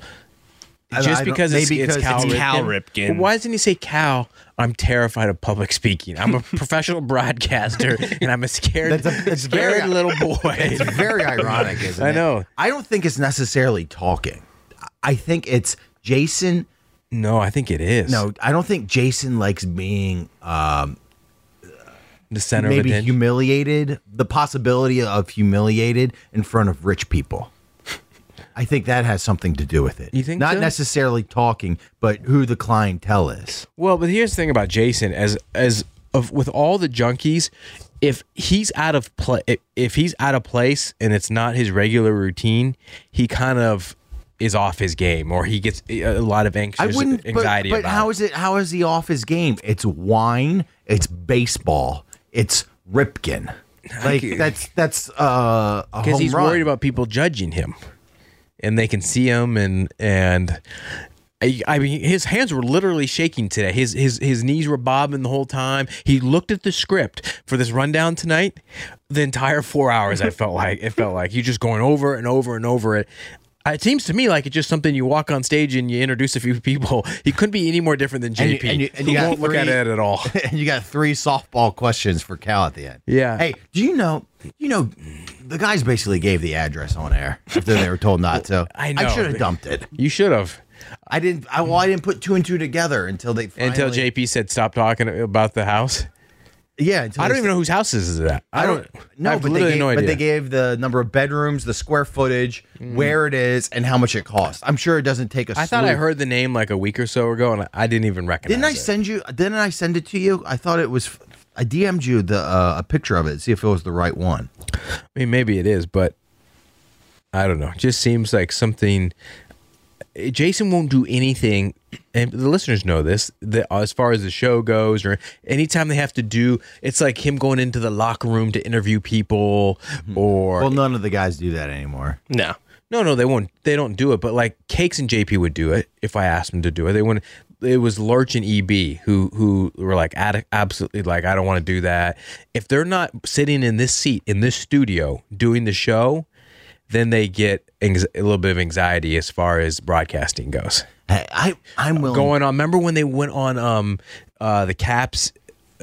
S4: I- I
S3: Just
S4: don't-
S3: because it's,
S4: maybe
S3: it's
S4: because
S3: Cal,
S4: it's
S3: Ripken?
S5: Cal Ripken.
S3: Well, why doesn't he say Cal? I'm terrified of public speaking. I'm a professional broadcaster, and I'm a scared,
S4: That's a- it's very-
S3: scared little boy.
S4: It's very ironic, isn't
S3: I
S4: it?
S3: know.
S4: I don't think it's necessarily talking. I think it's Jason.
S3: no, I think it is.
S4: No, I don't think Jason likes being um,
S3: the center of
S4: maybe
S3: attention.
S4: humiliated. The possibility of humiliated in front of rich people. I think that has something to do with it.
S3: You think
S4: not
S3: so?
S4: necessarily talking, but who the clientele is.
S3: Well, but here's the thing about Jason as as of with all the junkies, if he's out of play, if he's out of place and it's not his regular routine, he kind of is off his game or he gets a lot of anxious
S4: but-
S3: anxiety
S4: But,
S3: about
S4: how
S3: it.
S4: is it? How is he off his game? It's wine. It's baseball. It's Ripken. Like that's that's uh, a home
S3: because he's
S4: run.
S3: worried about people judging him, and they can see him, and and I, I mean his hands were literally shaking today. His his his knees were bobbing the whole time. He looked at the script for this rundown tonight. The entire four hours, I felt like it felt like you just going over and over and over it. Uh, It seems to me like it's just something you walk on stage and you introduce a few people. He couldn't be any more different than JP.
S4: And you- and you- and you
S3: who
S4: got
S3: won't look at
S4: three-
S3: it at all.
S4: and you got three softball questions for Cal at the end.
S3: Yeah.
S4: Hey, do you know? You know, the guys basically gave the address on air after they were told not to.
S3: I
S4: I
S3: know.
S4: should have dumped it.
S3: You should have.
S4: I didn't. I well, I didn't put two and two together until they finally,
S3: Until JP said stop talking about the house.
S4: Yeah. Until
S3: I
S4: they
S3: don't even know whose house this is at.
S4: I don't
S3: I
S4: know,
S3: have
S4: but, they
S3: literally
S4: gave,
S3: no idea. Mm.
S4: but they gave the number of bedrooms, the square footage, where it is, and how much it costs. I'm sure it doesn't take a.
S3: I thought I
S4: slew.
S3: heard the name like a week or so ago, and I didn't even recognize.
S4: Didn't I
S3: it.
S4: send you? Didn't I send it to you? I thought it was. I DM'd you the uh, a picture of it. See if it was the right one.
S3: I mean, maybe it is, but I don't know. It just seems like something. eh, Jason won't do anything, and the listeners know this. That as far as the show goes, or anytime they have to do, it's like him going into the locker room to interview people, or
S4: Well, none of the guys do that anymore.
S5: No.
S3: No, no, they won't. They don't do it. But like Cakes and JP would do it if I asked them to do it. They wouldn't. It was Lurch and EB who who were like "Ad- absolutely like I don't want to do that. If they're not sitting in this seat in this studio doing the show, then they get anx- a little bit of anxiety as far as broadcasting goes.
S4: Hey, I I'm willing.
S3: Going on. Remember when they went on um uh the Caps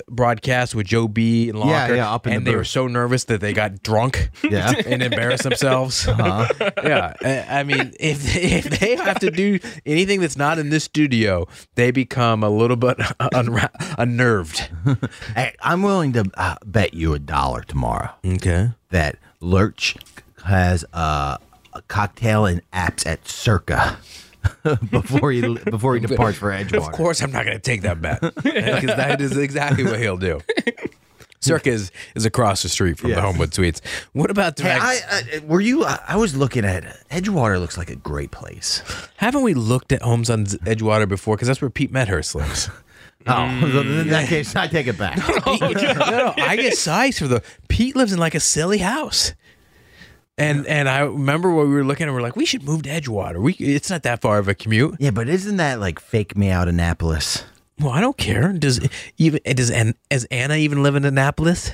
S3: broadcast with Joe B and Locker,
S4: Yeah, yeah, up in the
S3: and they were
S4: booth.
S3: so nervous that they got drunk.
S4: yeah.
S3: and embarrass themselves.
S4: Uh-huh.
S3: Yeah, I I mean, if if they have to do anything that's not in this studio, they become a little bit unra- unnerved.
S4: Hey, I'm willing to uh, bet you a dollar tomorrow
S3: Okay.
S4: that Lurch has uh, a cocktail and apps at Circa before he before he departs for Edgewater.
S3: Of course, I'm not going to take that bet because that is exactly what he'll do. Circa is, is across the street from the
S4: Yes.
S3: Homewood Suites. What about the
S4: Hey,
S3: fact-
S4: I, I were you? I, I was looking at Edgewater. Looks like a great place.
S3: haven't we looked at homes on Edgewater before? Because that's where Pete Medhurst lives.
S4: Oh, in that case, I take it back.
S3: Mm, no, no, I get size for the Pete lives in like a silly house. And and I remember when we were looking and we're like, we should move to Edgewater. We it's not that far of a commute.
S4: yeah, but isn't that like fake me out Annapolis?
S3: Well, I don't care. Does even does An, as Anna even live in Annapolis?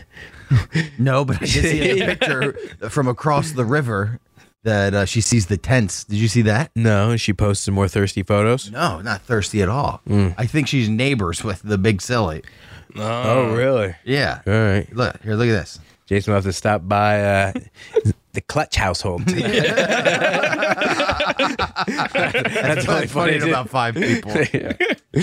S4: No, but I did see a picture from across the river that uh, she sees the tents. Did you see that?
S3: No, she posted more thirsty photos.
S4: No, not thirsty at all.
S3: Mm.
S4: I think she's neighbors with the big silly.
S3: Oh, really?
S4: Yeah.
S3: All right.
S4: Look here. Look at this.
S3: Jason will have to stop by uh, the Clutch household. That's, really
S4: That's really funny.
S3: funny,
S4: in about five people. uh,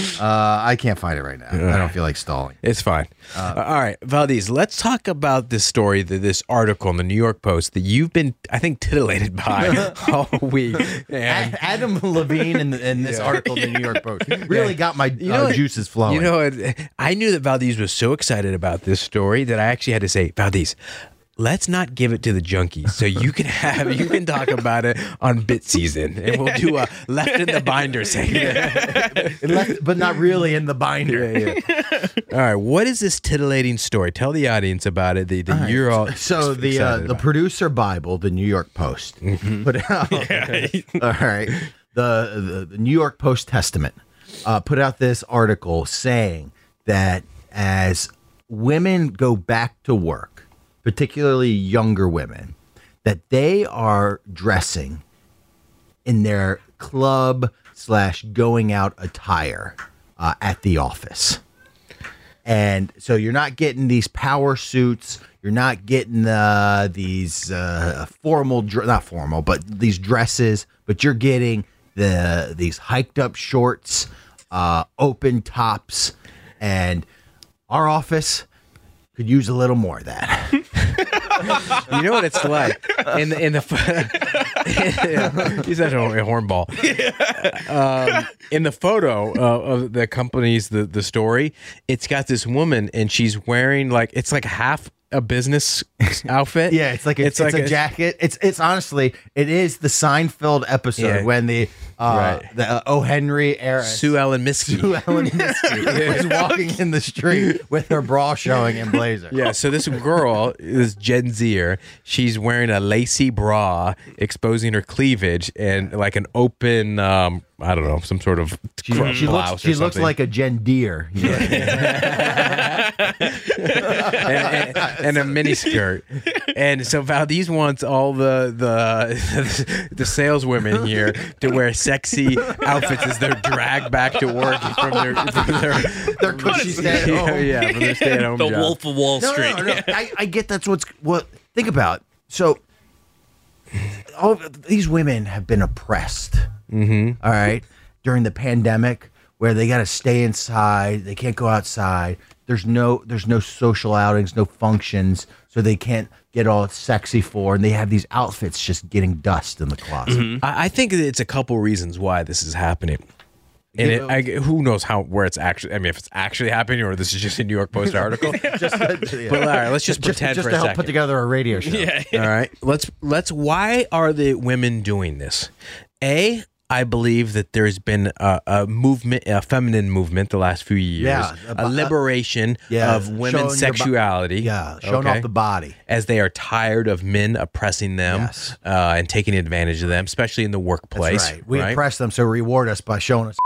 S4: I can't find it right now. I don't feel like stalling.
S3: It's fine.
S4: Uh,
S3: Uh, All right, Valdez, let's talk about this story, th- this article in the New York Post that you've been, I think, titillated by all week. And,
S4: A- Adam Levine in, the, in this article in the New York Post really got my
S3: You know
S4: uh,
S3: what-
S4: juices flowing.
S3: you know, it- I knew that Valdez was so excited about this story that I actually had to say, Valdez, let's not give it to the junkies. So you can have, you can talk about it on Bit Season, and we'll do a left in the binder segment.
S4: Left- but not really in the binder.
S3: Yeah, yeah. all right, what is this titillating story? Tell the audience about it. The, the you're all
S4: So the uh,
S3: excited
S4: the
S3: about. Mm-hmm.
S4: producer Bible, the New York Post, put out. all right, the, the the New York Post Testament uh, put out this article saying that as women go back to work, particularly younger women, that they are dressing in their club slash going out attire uh, at the office. And so you're not getting these power suits. You're not getting uh, these uh, formal, dr- not formal, but these dresses. But you're getting the these hiked up shorts, uh, open tops, and our office could use a little more of that.
S3: You know what it's like in the, in the he's such a hornball. Um, in the photo uh, of that accompanies the the story, it's got this woman and she's wearing like it's like half a business outfit.
S4: Yeah, it's like a, it's, a, jacket. It's it's honestly it is the Seinfeld episode
S3: Yeah.
S4: when the uh,
S3: Right.
S4: the uh, O Henry era
S3: Sue Ellen Miskey.
S4: Sue Ellen Miskey was walking in the street with her bra showing and blazer.
S3: Yeah, so this girl, this Gen Zer, she's wearing a lacy bra, exposing her cleavage, and like an open, um, I don't know, some sort of
S4: She,
S3: cr-
S4: she
S3: Mm-hmm. blouse
S4: looks,
S3: or
S4: she looks
S3: something.
S4: like a gen deer. you know?
S3: and, and, and a mini skirt. And so Valdez wants all the the the saleswomen here to wear sexy outfits as they're dragged back to work from their from their,
S4: Their cushy stay-at-home.
S3: yeah, yeah, from their stay at home
S5: the
S3: job.
S5: Wolf of Wall Street.
S4: No, no, no. I, I get that's what's what. Think about it. so. All these women have been oppressed. Mm-hmm. right, during the pandemic, where they got to stay inside, they can't go outside. There's no there's no social outings, no functions, so they can't get all sexy for, and they have these outfits just getting dust in the closet.
S3: I, I think that it's a couple reasons why this is happening. And it, I, who knows how where it's actually? I mean, if it's actually happening, or this is just a New York Post article.
S4: Just, yeah.
S3: But all right, let's just
S4: just,
S3: pretend
S4: just
S3: for
S4: to
S3: a
S4: help
S3: second.
S4: put together a radio show.
S3: All right. Let's let's why are the women doing this? A, I believe that there's been a, a movement, a feminine movement, the last few years,
S4: Yeah,
S3: a
S4: about- uh,
S3: liberation
S4: Yeah,
S3: of
S4: showing your
S3: women's
S4: bo-
S3: sexuality.
S4: Yeah, showing
S3: okay,
S4: off the body.
S3: as they are tired of men oppressing them
S4: Yes.
S3: uh, and taking advantage of them, especially in the workplace.
S4: That's right. We impress them, so reward us by showing us.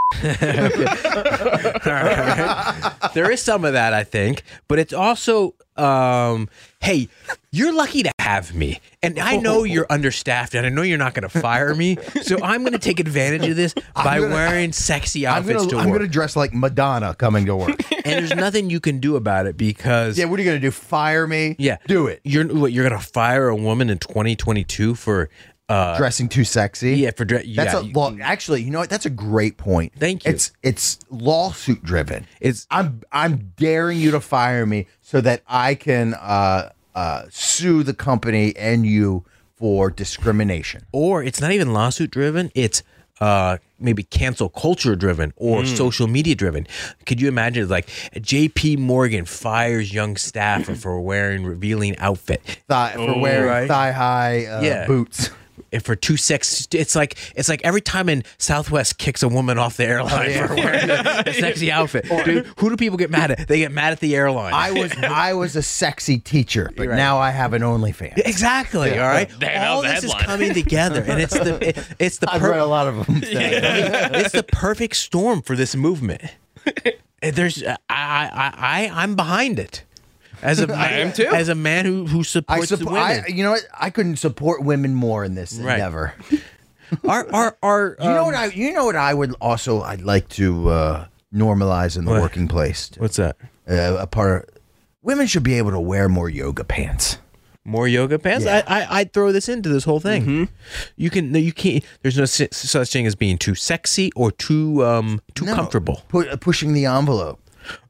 S3: there is some of that, I think, but it's also, um, hey, you're lucky to have me, and I know you're understaffed, and I know you're not going to fire me, so I'm going to take advantage of this by
S4: gonna-
S3: wearing sexy
S4: I'm
S3: outfits
S4: gonna,
S3: to
S4: I'm
S3: work.
S4: gonna dress like Madonna coming to work.
S3: and there's nothing you can do about it because
S4: yeah, what are you gonna do? Fire me?
S3: yeah,
S4: do it.
S3: You're what, you're going to fire a woman in 2022 for uh,
S4: Dressing too sexy.
S3: yeah for dre-
S4: That's
S3: yeah,
S4: a well. Actually, you know what? That's a great point.
S3: Thank you.
S4: It's it's lawsuit driven.
S3: It's-
S4: I'm I'm daring you to fire me so that I can uh, uh, sue the company and you for discrimination.
S3: or it's not even lawsuit driven it's uh maybe cancel culture driven or
S5: Hmm.
S3: social media driven could you imagine like jp morgan fires young staffer for wearing revealing outfit
S4: Thigh, for wearing
S3: right.
S4: thigh high uh,
S3: Yeah.
S4: boots.
S3: and eh, for two sex it's like it's like every time in southwest kicks a woman off the airline
S5: Oh,
S3: for wearing a, a sexy outfit Dude, who do people get mad at they get mad at the airline
S4: I was I was a sexy teacher, but now I have an OnlyFans.
S3: exactly all right
S5: Damn, that
S3: all
S5: was the
S3: this is
S5: headline.
S3: coming together and it's the it- it's the
S4: I've
S3: per-
S4: read a lot of them.
S3: it's the perfect storm for this movement. And There's I I I I'm behind it. As a man,
S5: am too.
S3: As a man who who
S4: I
S3: supports
S4: support.
S3: women.
S4: I, you know what? I couldn't support women more in this
S3: Right.
S4: endeavor.
S3: our our our um,
S4: You know what I? You know what I would also I'd like to uh, normalize in the
S3: What?
S4: working place.
S3: what's that?
S4: Uh, a part. Women should be able to wear more yoga pants.
S3: More yoga pants. I, I I'd throw this into this whole thing.
S4: Mm-hmm.
S3: You can no, you can't. There's no si- such thing as being too sexy or too um too
S4: No.
S3: comfortable.
S4: Pu- uh, pushing the envelope.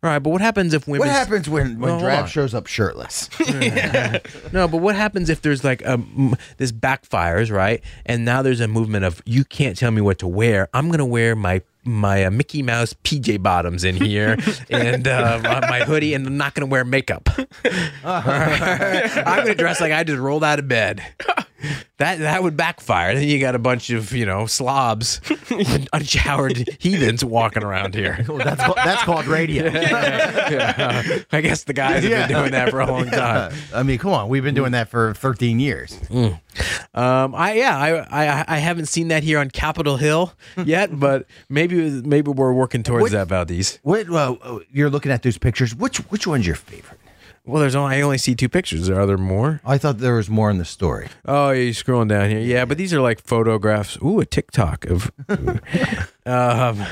S3: All right, but what happens if women?
S4: What happens when when
S3: Well, hold
S4: Drab
S3: on.
S4: shows up shirtless?
S3: No, but what happens if there's like um this backfires right, and now there's a movement of you can't tell me what to wear. I'm gonna wear my my uh, Mickey Mouse PJ bottoms in here and uh, my, my hoodie, and I'm not gonna wear makeup. I'm gonna dress like I just rolled out of bed. That that would backfire. Then you got a bunch of you know slobs, unshowered heathens walking around here.
S4: Well, that's called, that's called radio.
S3: I guess the guys have been doing that for a long time.
S4: I mean, come on, we've been doing that for 13 years.
S3: Um, I yeah, I, I I haven't seen that here on Capitol Hill yet, but maybe maybe we're working towards
S4: What-
S3: that, Valdez.
S4: What uh, uh, you're looking at those pictures? Which which one's your favorite?
S3: Well, there's only I only see two pictures. Are there more?
S4: I thought there was more in the story.
S3: Oh, yeah, you're scrolling down here. Yeah, but these are like photographs. Ooh, a TikTok of. um,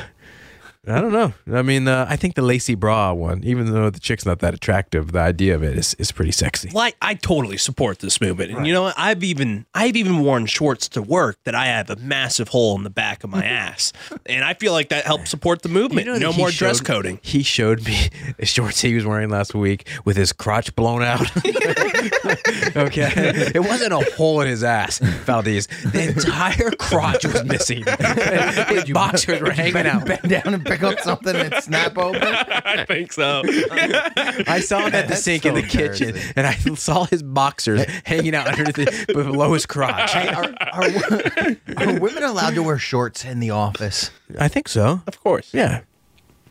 S3: I don't know. I mean, uh, I think the lacy bra one, even though the chick's not that attractive, the idea of it is, is pretty sexy.
S5: Like I totally support this movement, and you know what? I've even I've even worn shorts to work that I have a massive hole in the back of my ass, and I feel like that helps support the movement.
S3: You know
S5: no
S3: that he
S5: more dress
S3: showed-
S5: coding.
S3: He showed me the shorts he was wearing last week with his crotch blown out. okay. It wasn't a hole in his ass, Valdez. The entire crotch was missing. His boxers were hanging out.
S4: Bend down and pick up something and snap open.
S5: I think so.
S3: I saw him at the
S4: That's
S3: sink
S4: so
S3: in the kitchen
S4: embarrassing.
S3: and I saw his boxers hanging out underneath the, below his crotch.
S4: are, are, wo- are women allowed to wear shorts in the office?
S3: I think so.
S5: of course.
S3: Yeah.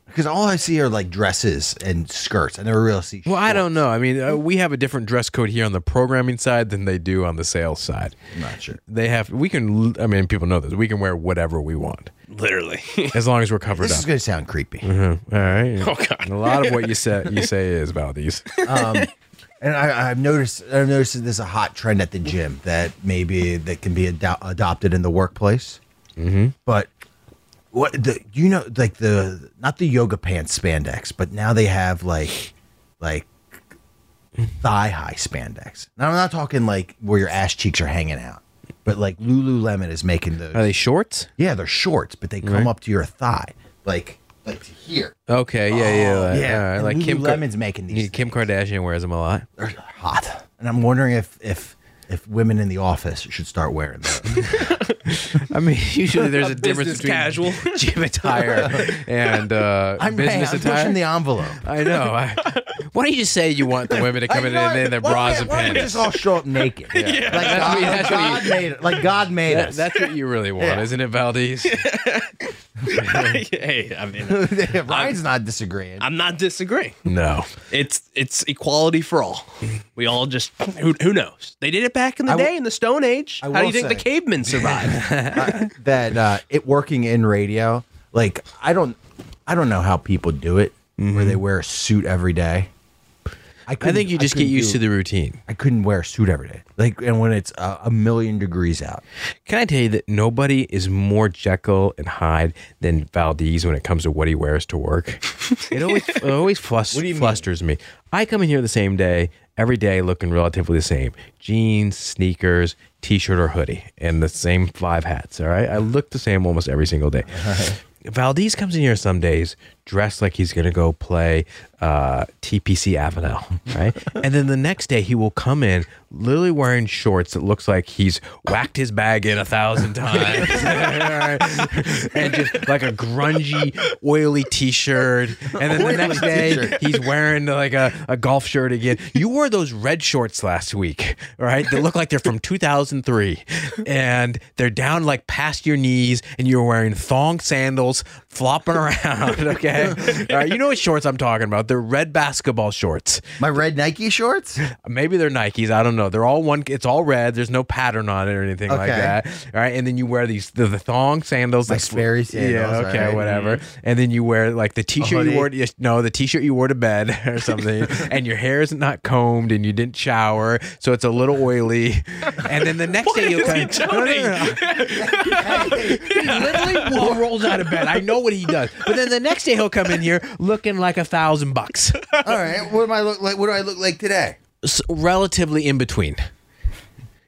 S4: Because all I see are like dresses and skirts. I never really see.
S3: Well, I don't know. I mean, uh, we have a different dress code here on the programming side than they do on the sales side.
S4: I'm not sure.
S3: They have. We can. I mean, people know this. We can wear whatever we want
S5: Literally.
S3: as long as we're covered
S4: This
S3: up.
S4: is going to sound creepy.
S3: All right.
S5: Oh, God.
S3: A lot of what you say you say is Valdez.
S4: And I, I've noticed. I've noticed that there's a hot trend at the gym that maybe that can be ado- adopted in the workplace. Mm-hmm. But what the you know like the not the yoga pants spandex, but now they have like like thigh high spandex. Now I'm not talking like where your ass cheeks are hanging out, but like Lululemon is making those.
S3: Are they shorts?
S4: Yeah, they're shorts, but they come up to your thigh, like like to here.
S3: Okay. Yeah. Yeah. Like,
S4: Oh, yeah.
S3: all right,
S4: And
S3: like Kim. Ka-
S4: Lululemon's making these
S3: Kim Kardashian wears them a lot.
S4: They're hot, and I'm wondering if if if women in the office should start wearing those.
S3: I mean, usually there's a difference
S5: Business
S3: between
S5: casual.
S3: gym attire and uh,
S4: I'm, hey,
S3: business
S4: I'm
S3: attire.
S4: pushing the envelope.
S3: I know. I, why don't you just say you want the women to come in and in their bras and
S4: why don't we
S3: panties?
S4: just all show up naked? Like,
S3: That's
S4: God,
S3: what- that's what
S4: God
S3: you-
S4: made, like God made
S3: That-
S4: us.
S3: that's what you really want,
S4: Yeah.
S3: isn't it, Valdez?
S5: hey, I mean,
S4: Ryan's not disagreeing.
S5: I'm not disagreeing.
S3: No.
S5: It's it's equality for all. We all just who, who knows? They did it back in the
S4: I w-
S5: day in the Stone Age.
S4: I
S5: How do
S4: will
S5: you think the
S4: say-
S5: cavemen survived?
S4: Uh, that uh, it working in radio, like I don't, I don't know how people do it where they wear a suit every day.
S3: Mm-hmm. I think you just get used to the routine.
S4: I couldn't wear a suit every day, like and when it's uh, a million degrees out.
S3: Can I tell you that nobody is more Jekyll and Hyde than Valdez when it comes to what he wears to work? It always it always flus- flusters me. I come in here the same day, every day looking relatively the same. Jeans, sneakers, t-shirt or hoodie, and the same five hats, all right? I look the same almost every single day. Valdez comes in here some days dressed like he's going to go play uh, TPC Avenel, right? and then the next day he will come in literally wearing shorts that looks like he's whacked his bag in a thousand times, All right. and just like a grungy, oily T-shirt. And then the next day he's wearing like a, a golf shirt again. You wore those red shorts last week, all right? They look like they're from 2003, and they're down like past your knees, and you're wearing thong sandals, flopping around. Okay, all right. You know what shorts I'm talking about? They're red basketball shorts.
S4: My red Nike shorts.
S3: Maybe they're Nikes. I don't know. They're all one. It's all red. There's no pattern on it or anything like
S4: Okay.
S3: that. All right, and then you wear these the, the thong sandals.
S4: My
S3: that-
S4: Sperry sandals,
S3: Yeah. Okay.
S4: right. Mm-hmm.
S3: Whatever. And then you wear like the t-shirt you
S4: hoodie.
S3: wore. yes, No, the t-shirt you wore to bed or something. and your hair is not combed, and you didn't shower, so it's a little oily. And then the next day you kind of, no, no, no, no. He literally wa- rolls out of bed. I know what he does. But then the next day he'll come in here looking like a thousand bucks,
S4: All right, what am I look like? What do I look like today?
S3: S relatively in between.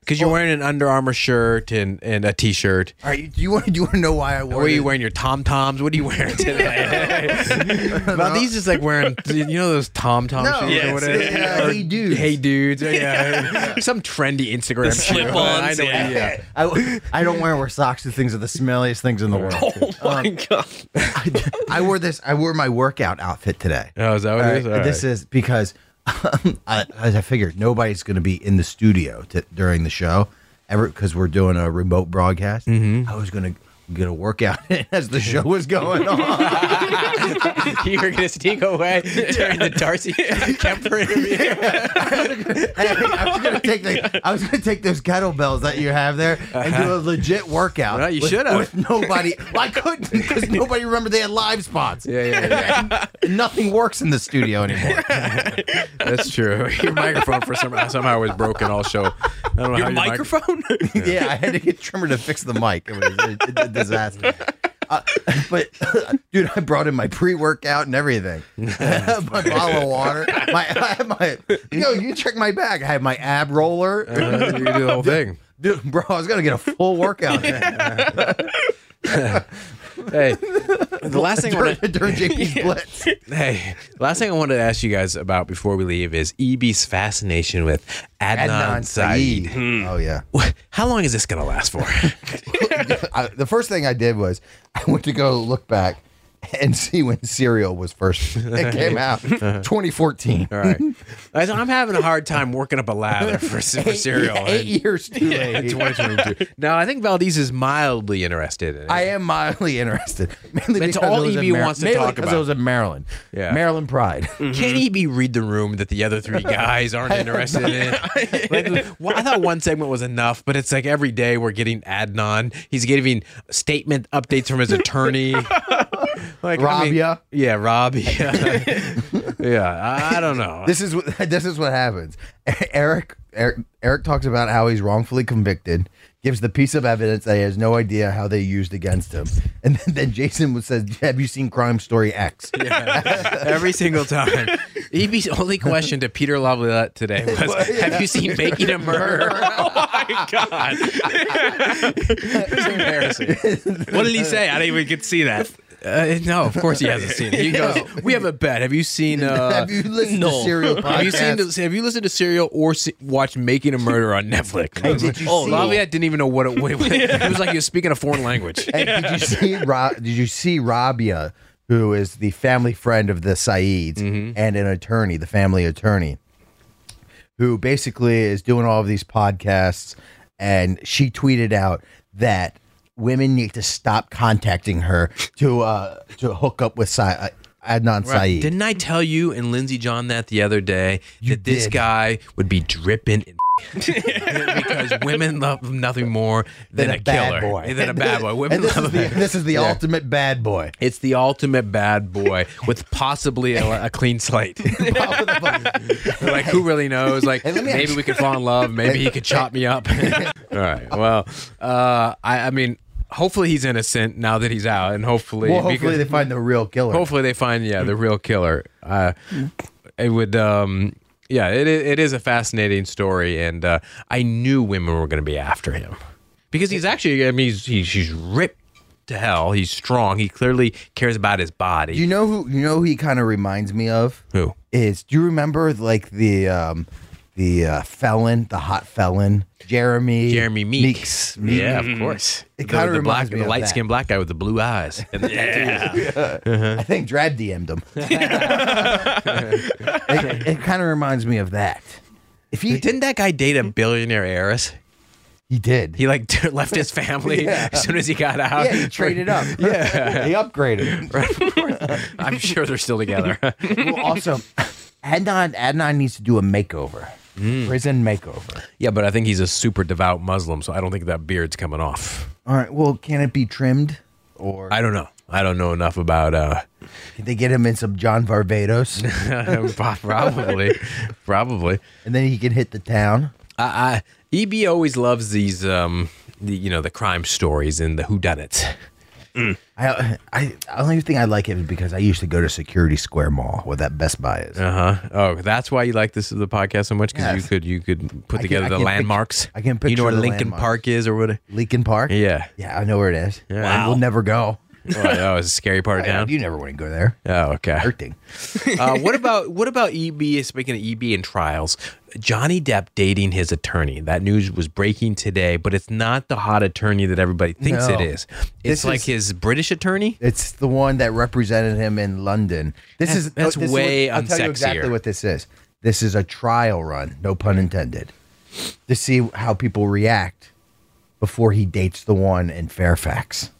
S3: Because you're wearing an Under Armour shirt and, and a t-shirt.
S4: All right, you- do you want to do you want to know why I
S3: Or
S4: wore?
S3: are you
S4: this?
S3: wearing your Tom Toms? What are you wearing today? well, these is like wearing, you know, those Tom Tom
S4: No.
S3: shoes
S4: Yes.
S3: or whatever.
S4: Yeah.
S3: Or
S4: Hey Dudes.
S3: Hey dudes. or Yeah. Some trendy Instagram
S5: The
S3: shoe. I
S5: slip-ons,
S3: know what-
S5: yeah.
S4: I, I don't wear wear socks. The things are the smelliest things in the world.
S5: oh my
S3: Um,
S5: god!
S4: I, I wore this. I wore my workout outfit today.
S3: Oh, is that what
S4: All
S3: it is?
S4: right,
S3: All
S4: This
S3: right.
S4: is because um, I, as I figured, nobody's going to be in the studio to, during the show ever because we're doing a remote broadcast.
S3: Mm-hmm.
S4: I was going to get a workout as the show was going on.
S3: you were gonna sneak away during the Darcy Kemper interview.
S4: Hey, I was going to take the, I was going to take those kettlebells that you have there and do a legit workout.
S3: Uh-huh. Well, you
S4: with-
S3: should've.
S4: With nobody, well, I couldn't because nobody remembered they had live spots.
S3: Yeah, yeah, yeah.
S4: And nothing works in the studio anymore.
S3: That's true. Your microphone for some somehow was broken all show. I don't know
S5: Your
S3: how mic-
S5: microphone?
S4: yeah. I had to get Trimmer to fix the mic. It was a, a disaster. Uh, but dude, I brought in my pre-workout and everything. my bottle of water. My, I had my. Yo, you check my bag. I had my ab roller.
S3: Uh, you can do the whole thing.
S4: Dude, bro, I was gonna get a full workout
S3: Hey, the last thing I
S4: during,
S3: want
S4: during JP's blitz.
S3: to hey, last thing I wanted to ask you guys about before we leave is EB's fascination with Adnan,
S4: Adnan
S3: Saeed.
S4: Saeed. Oh yeah.
S3: Wh- How long is this gonna last for?
S4: I, the first thing I did was I went to go look back and see when Serial was first. It came out 2014.
S3: all right, I, I'm having a hard time working up a lather for, for cereal.
S4: Eight years too late.
S3: in 2022. Now I think Valdez is mildly interested in it.
S4: I am mildly interested. Mainly
S3: That's
S4: because
S3: all
S4: it was in
S3: EB wants to
S4: mainly
S3: talk
S4: because
S3: about.
S4: it was in Maryland.
S3: Yeah.
S4: Maryland Pride.
S3: Can he be read the room that the other three guys aren't interested in? Like, well, I thought one segment was enough, but it's like every day we're getting Adnan. He's giving statement updates from his attorney. Like I mean-
S4: Rabia.
S3: yeah, Rob. Yeah, yeah. I don't know.
S4: This is what this is what happens. Eric, Eric Eric talks about how he's wrongfully convicted, gives the piece of evidence that he has no idea how they used against him, and then, then Jason says, "Have you seen Crime Story X?"
S3: every single time. EB's only question to Peter Laviolette today was, "Have you seen Making a Murder?"
S5: oh my god!
S3: It's embarrassing.
S5: What did he say? I didn't even get to see that.
S3: Uh, no, of course he hasn't seen it. He goes, "We have a bet. Have you seen? Uh,
S4: Have you listened to Serial
S3: Have you seen?
S4: podcast?
S3: the- Have you listened to Serial or se- watched Making a Murder on Netflix?
S4: Hey, did you
S3: oh,
S4: see-
S3: Laviat didn't even know what it was. It was like he was speaking a foreign language.
S4: Hey, did you see Ra- did you see Rabia, who is the family friend of the Saeeds
S3: Mm-hmm.
S4: and an attorney, the family attorney, who basically is doing all of these podcasts and she tweeted out that women need to stop contacting her to uh to hook up with Sa- uh, Adnan Saeed.
S3: Didn't I tell you and Lindsey John that the other day that this
S4: did.
S3: guy would be dripping in because women love nothing more than,
S4: Than
S3: a, killer than a bad boy. Women
S4: and this
S3: love
S4: is the,
S3: it.
S4: this is the
S3: Yeah.
S4: ultimate bad boy.
S3: It's the ultimate bad boy with possibly a, a clean slate. like who really knows? Like
S4: let me
S3: maybe
S4: ask-
S3: we could fall in love. Maybe he could chop me up. All right. Well, uh, I, I mean, hopefully he's innocent now that he's out, and hopefully,
S4: Well, hopefully
S3: because-
S4: they find the real killer.
S3: hopefully they find yeah the real killer. Uh, it would. Um, yeah, it, i- it is a fascinating story, and uh, I knew women were going to be after him because he's actually. I mean, he's, he's he's ripped to hell. He's strong. He clearly cares about his body.
S4: You know who you know who he kind of reminds me of?
S3: Who?
S4: Is do you remember like the um the uh, felon, the hot felon, Jeremy
S3: Jeremy Meek.
S4: Meeks. Meek.
S3: Yeah, of course.
S4: It
S3: The-
S4: kinda
S3: the
S4: reminds
S3: black,
S4: me
S3: the
S4: of
S3: light skinned black guy with the blue eyes. And the tattoos.
S4: I think Drab DM'd him. it kind of reminds me of that. If he
S3: Didn't that guy date a billionaire heiress?
S4: he did.
S3: He like left his family as soon as he got out.
S4: yeah, he traded up. Yeah, he upgraded.
S3: I'm sure they're still together.
S4: Well, also, Adnan Adnan needs to do a makeover,
S3: Mm.
S4: prison makeover.
S3: yeah, but I think he's a super devout Muslim, so I don't think that beard's coming off.
S4: All right. Well, can it be trimmed, or
S3: I don't know. I don't know enough about uh
S4: can they get him in some John Varvatos?
S3: probably probably.
S4: and then he can hit the town.
S3: I, I EB always loves these um the, you know the crime stories and the whodunits.
S4: I, I, the only thing I like it is because I used to go to Security Square Mall where that Best Buy is.
S3: Uh huh. Oh, that's why you like this the podcast so much because you
S4: Uh-huh. Yes.
S3: could you could put
S4: I
S3: together
S4: can- I
S3: the
S4: can
S3: landmarks.
S4: picture- I can
S3: You know
S4: picture
S3: where
S4: the
S3: Lincoln
S4: landmarks.
S3: Park is or what?
S4: Lincoln Park.
S3: Yeah.
S4: yeah, I know where it is. Yeah,
S3: Wow.
S4: we'll never go.
S3: Oh, that was a scary part of town.
S4: You never want to go there.
S3: Oh, okay.
S4: Hurting.
S3: Uh, what about what about EB? Speaking of EB and trials, Johnny Depp dating his attorney. That news was breaking today, but it's not the hot attorney that everybody thinks it
S4: No.
S3: is. It's
S4: This
S3: like
S4: is-
S3: his British attorney.
S4: It's the one that represented him in London. This is
S3: That's
S4: this is
S3: way
S4: what- I'll tell you exactly
S3: unsexier.
S4: what this is. This is a trial run, no pun intended, to see how people react before he dates the one in Fairfax.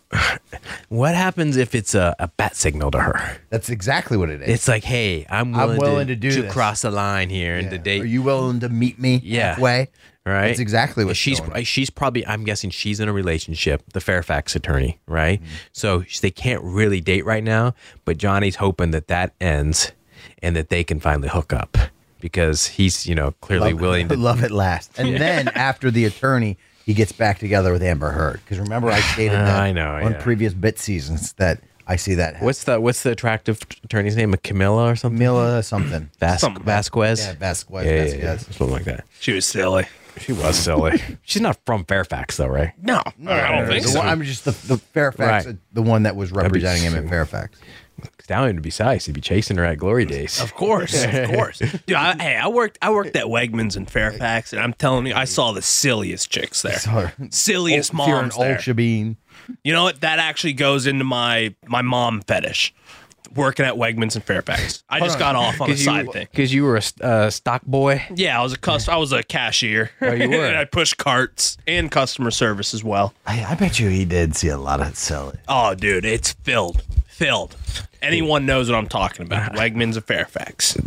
S3: What happens if it's a, a bat signal to her?
S4: That's exactly what it is.
S3: It's like, hey, I'm willing,
S4: willing to do this.
S3: cross the line here and
S4: Yeah.
S3: to date.
S4: Are you willing to meet me
S3: Yeah.
S4: halfway?
S3: right?
S4: That's exactly what
S3: she's. She's probably. I'm guessing she's in a relationship. The Fairfax attorney, right? So sh- they can't really date right now. But Johnny's hoping that that ends, and that they can finally hook up because he's, you know, clearly willing to.
S4: love it last. And then after the attorney, he gets back together with Amber Heard. Because remember, I stated
S3: Uh,
S4: that
S3: I know,
S4: on
S3: yeah.
S4: previous bit seasons that I see that happen.
S3: What's the What's the attractive t- attorney's name? Camilla or something?
S4: Mila something.
S3: Vas-
S5: Something.
S3: Vasquez.
S4: Yeah, Vasquez.
S3: Yeah, yeah,
S4: Vasquez.
S3: yeah, something like that.
S5: She was silly.
S3: She was silly. she's not from Fairfax though, right?
S5: No, I don't think
S4: The
S5: so.
S4: one- I'm just the, the Fairfax,
S3: Right.
S4: the one that was
S3: be
S4: representing him in
S3: so-
S4: Fairfax.
S3: Stallion would be size. He'd be chasing her at glory days.
S5: Of course, of course, dude. I, hey, I worked. I worked at Wegmans in Fairfax, and I'm telling you, I saw the silliest chicks there.
S4: Sorry.
S5: Silliest
S4: Old- if you're an
S5: moms
S4: old
S5: there.
S4: Shabin.
S5: You know what? That actually goes into my my mom fetish. Working at Wegmans in Fairfax, I just got off on a side
S3: you,
S5: thing.
S3: Because you were a st- uh, stock boy.
S5: Yeah, I was a cust- I was a cashier. Oh,
S3: you were.
S5: I pushed carts and customer service as well.
S4: I, I bet you he did see a lot of selling.
S5: Oh, dude, it's filled, filled. Anyone knows what I'm talking about. Wegmans of Fairfax.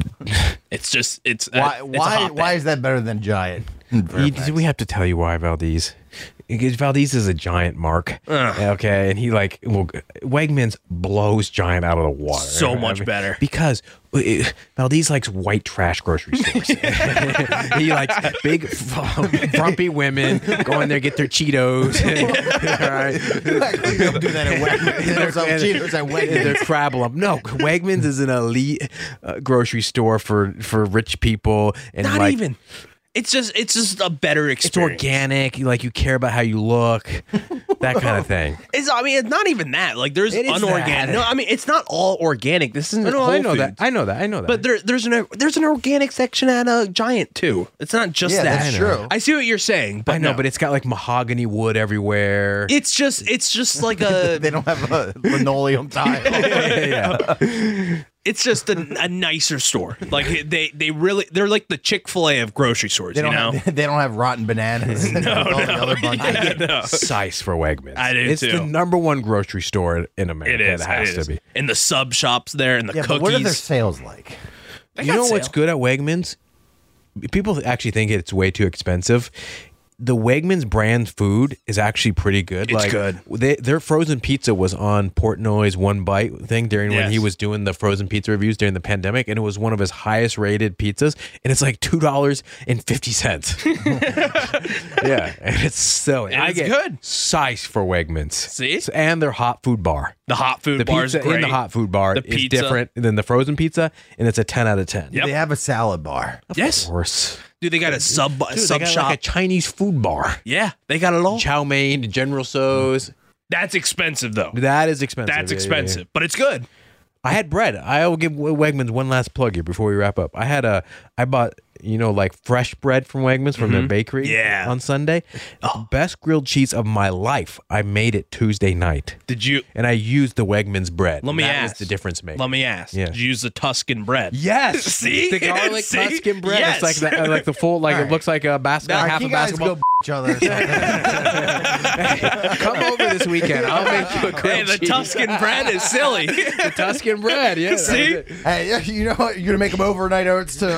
S5: It's just it's
S4: Why?
S5: uh, it's a
S4: why?
S5: hot
S4: Why
S5: thing.
S4: is that better than Giant?
S3: You- we have to tell you why Valdez. Because Valdez is a giant mark. Okay. And he, like, well, Wegmans blows giant out of the water.
S5: So much better.
S3: Because uh, Valdez likes white trash grocery stores. he likes big, f- frumpy women go in there, get their Cheetos. All right.
S4: Exactly. Don't do that at Wegmans. They don't sell
S3: and-
S4: Cheetos at Wegmans.
S3: They're crab lump. No, Wegmans is an elite uh, grocery store for for rich people and
S5: Not
S3: like,
S5: even. It's just it's just a better
S3: It's
S5: experience.
S3: organic. you- Like you care about how you look. that kind of thing.
S5: It's, I mean, it's not even that. Like, there's
S3: It is that.
S5: unorganic. No, I mean, it's not all organic. This isn't.
S3: No, no,
S5: Whole
S3: I know that.
S5: Foods.
S3: I know that. I know that.
S5: But there, there's an there's an organic section at a Giant too. It's not just
S4: Yeah,
S5: that.
S4: that's I know. true.
S5: I see what you're saying, but
S3: I know,
S5: no.
S3: but it's got like mahogany wood everywhere.
S5: it's just it's just like a
S4: They don't have a linoleum tile.
S3: yeah, yeah.
S5: it's just a, a nicer store. Like they they really they're like the Chick Fil A of grocery stores.
S4: They
S5: You
S4: don't.
S5: know.
S4: Have, they don't have rotten bananas. no, all The other bunch of-
S5: Yeah, no.
S3: Size for Wegmans.
S5: I do,
S3: It's the
S5: too.
S3: number one grocery store in America.
S5: It is.
S3: It has
S5: it
S3: to
S5: is.
S3: be.
S5: And the sub shops there and the
S4: Yeah, but
S5: cookies.
S4: what are their sales like?
S5: They
S3: you
S5: got
S3: know what's
S5: sale.
S3: good at Wegmans? People actually think it's way too expensive. The Wegmans brand food is actually pretty good.
S5: It's good.
S3: They, their frozen pizza was on Portnoy's One Bite thing during when
S5: Yes.
S3: he was doing the frozen pizza reviews during the pandemic, and it was one of his highest rated pizzas, and it's like two dollars and fifty cents. yeah, and it's so
S5: And
S3: I
S5: it's
S3: get
S5: good.
S3: size for Wegmans.
S5: See?
S3: and their hot food bar.
S5: The hot food
S3: The
S5: bars
S3: pizza in the hot food bar
S5: The
S3: is
S5: pizza.
S3: different than the frozen pizza, and it's a ten out of ten.
S5: Yep.
S4: They have a salad bar.
S5: Yes,
S3: Worse.
S5: dude, they got a sub sub shop. Oh.
S3: like a Chinese food bar.
S5: yeah, they got it all.
S3: Chow mein, General So's.
S5: That's expensive though.
S3: That is expensive.
S5: That's
S3: Yeah, yeah, yeah.
S5: expensive, but it's good.
S3: I had bread. I will give Wegmans one last plug here before we wrap up. I had a, I bought you know like fresh bread from Wegmans from their bakery.
S5: Yeah. Oh.
S3: On Sunday, best grilled cheese of my life. I made it Tuesday night,
S5: Did you?
S3: and I used the Wegmans bread.
S5: Let me
S3: That was
S5: ask
S3: the difference maker.
S5: Let me ask.
S3: Yeah.
S5: Did you use the Tuscan bread?
S3: Yes.
S5: See?
S3: the garlic
S5: See?
S3: Tuscan bread.
S5: Yes.
S3: It's like the, like the full like
S4: All
S3: it
S4: right.
S3: looks like a basket,
S4: All right,
S3: half
S4: can
S3: a
S4: you guys
S3: basketball.
S4: go b- each other. or something?
S3: Come over this weekend. I'll make you a grilled
S5: Hey, the
S3: cheese.
S5: Tuscan bread is silly.
S3: the Tuscan bread. Yeah.
S5: See?
S4: hey, you know what? You're gonna make them overnight oats too.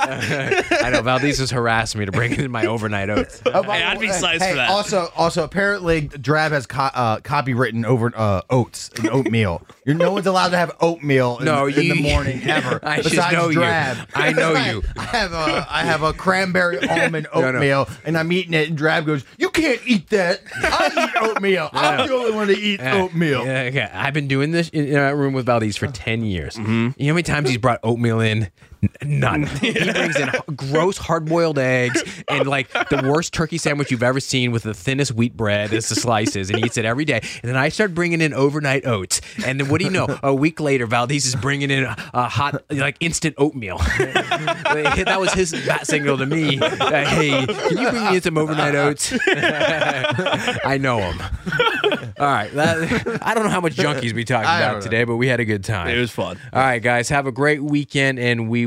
S3: I know Valdez has harassed me to bring in my overnight oats.
S4: Oh, by
S5: Hey,
S4: the
S5: I'd be
S4: way-
S5: sized
S4: hey,
S5: for that.
S4: Also, also, apparently, Drab has co- uh, copywritten over uh, oats and oatmeal. You're, no one's allowed to have oatmeal in,
S3: No,
S4: in
S3: you-
S4: the morning ever.
S3: I should
S4: besides
S3: know you.
S4: Drab.
S3: I know you.
S4: I have a, I have a cranberry almond
S3: no.
S4: oatmeal, and I'm eating it, and Drab goes, "You can't eat that. I eat oatmeal. I'm the only one to eat oatmeal."
S3: Yeah, okay. I've been doing this in, in my room with Valdez for 10 years.
S4: Mm-hmm.
S3: You know how many times he's brought oatmeal in? N- None. He brings in h- gross hard boiled eggs and like the worst turkey sandwich you've ever seen with the thinnest wheat bread as the slices and he eats it every day. And then I start bringing in overnight oats. And then what do you know? A week later, Valdez is bringing in a, a hot, like instant oatmeal. that was his bat signal to me that, hey, can you bring me in some overnight oats? I know him. All right. That, I don't know how much junkies we talked
S4: I
S3: about
S4: don't know.
S3: today, but we had a good time.
S5: It was fun.
S3: All right, guys. Have a great weekend, and we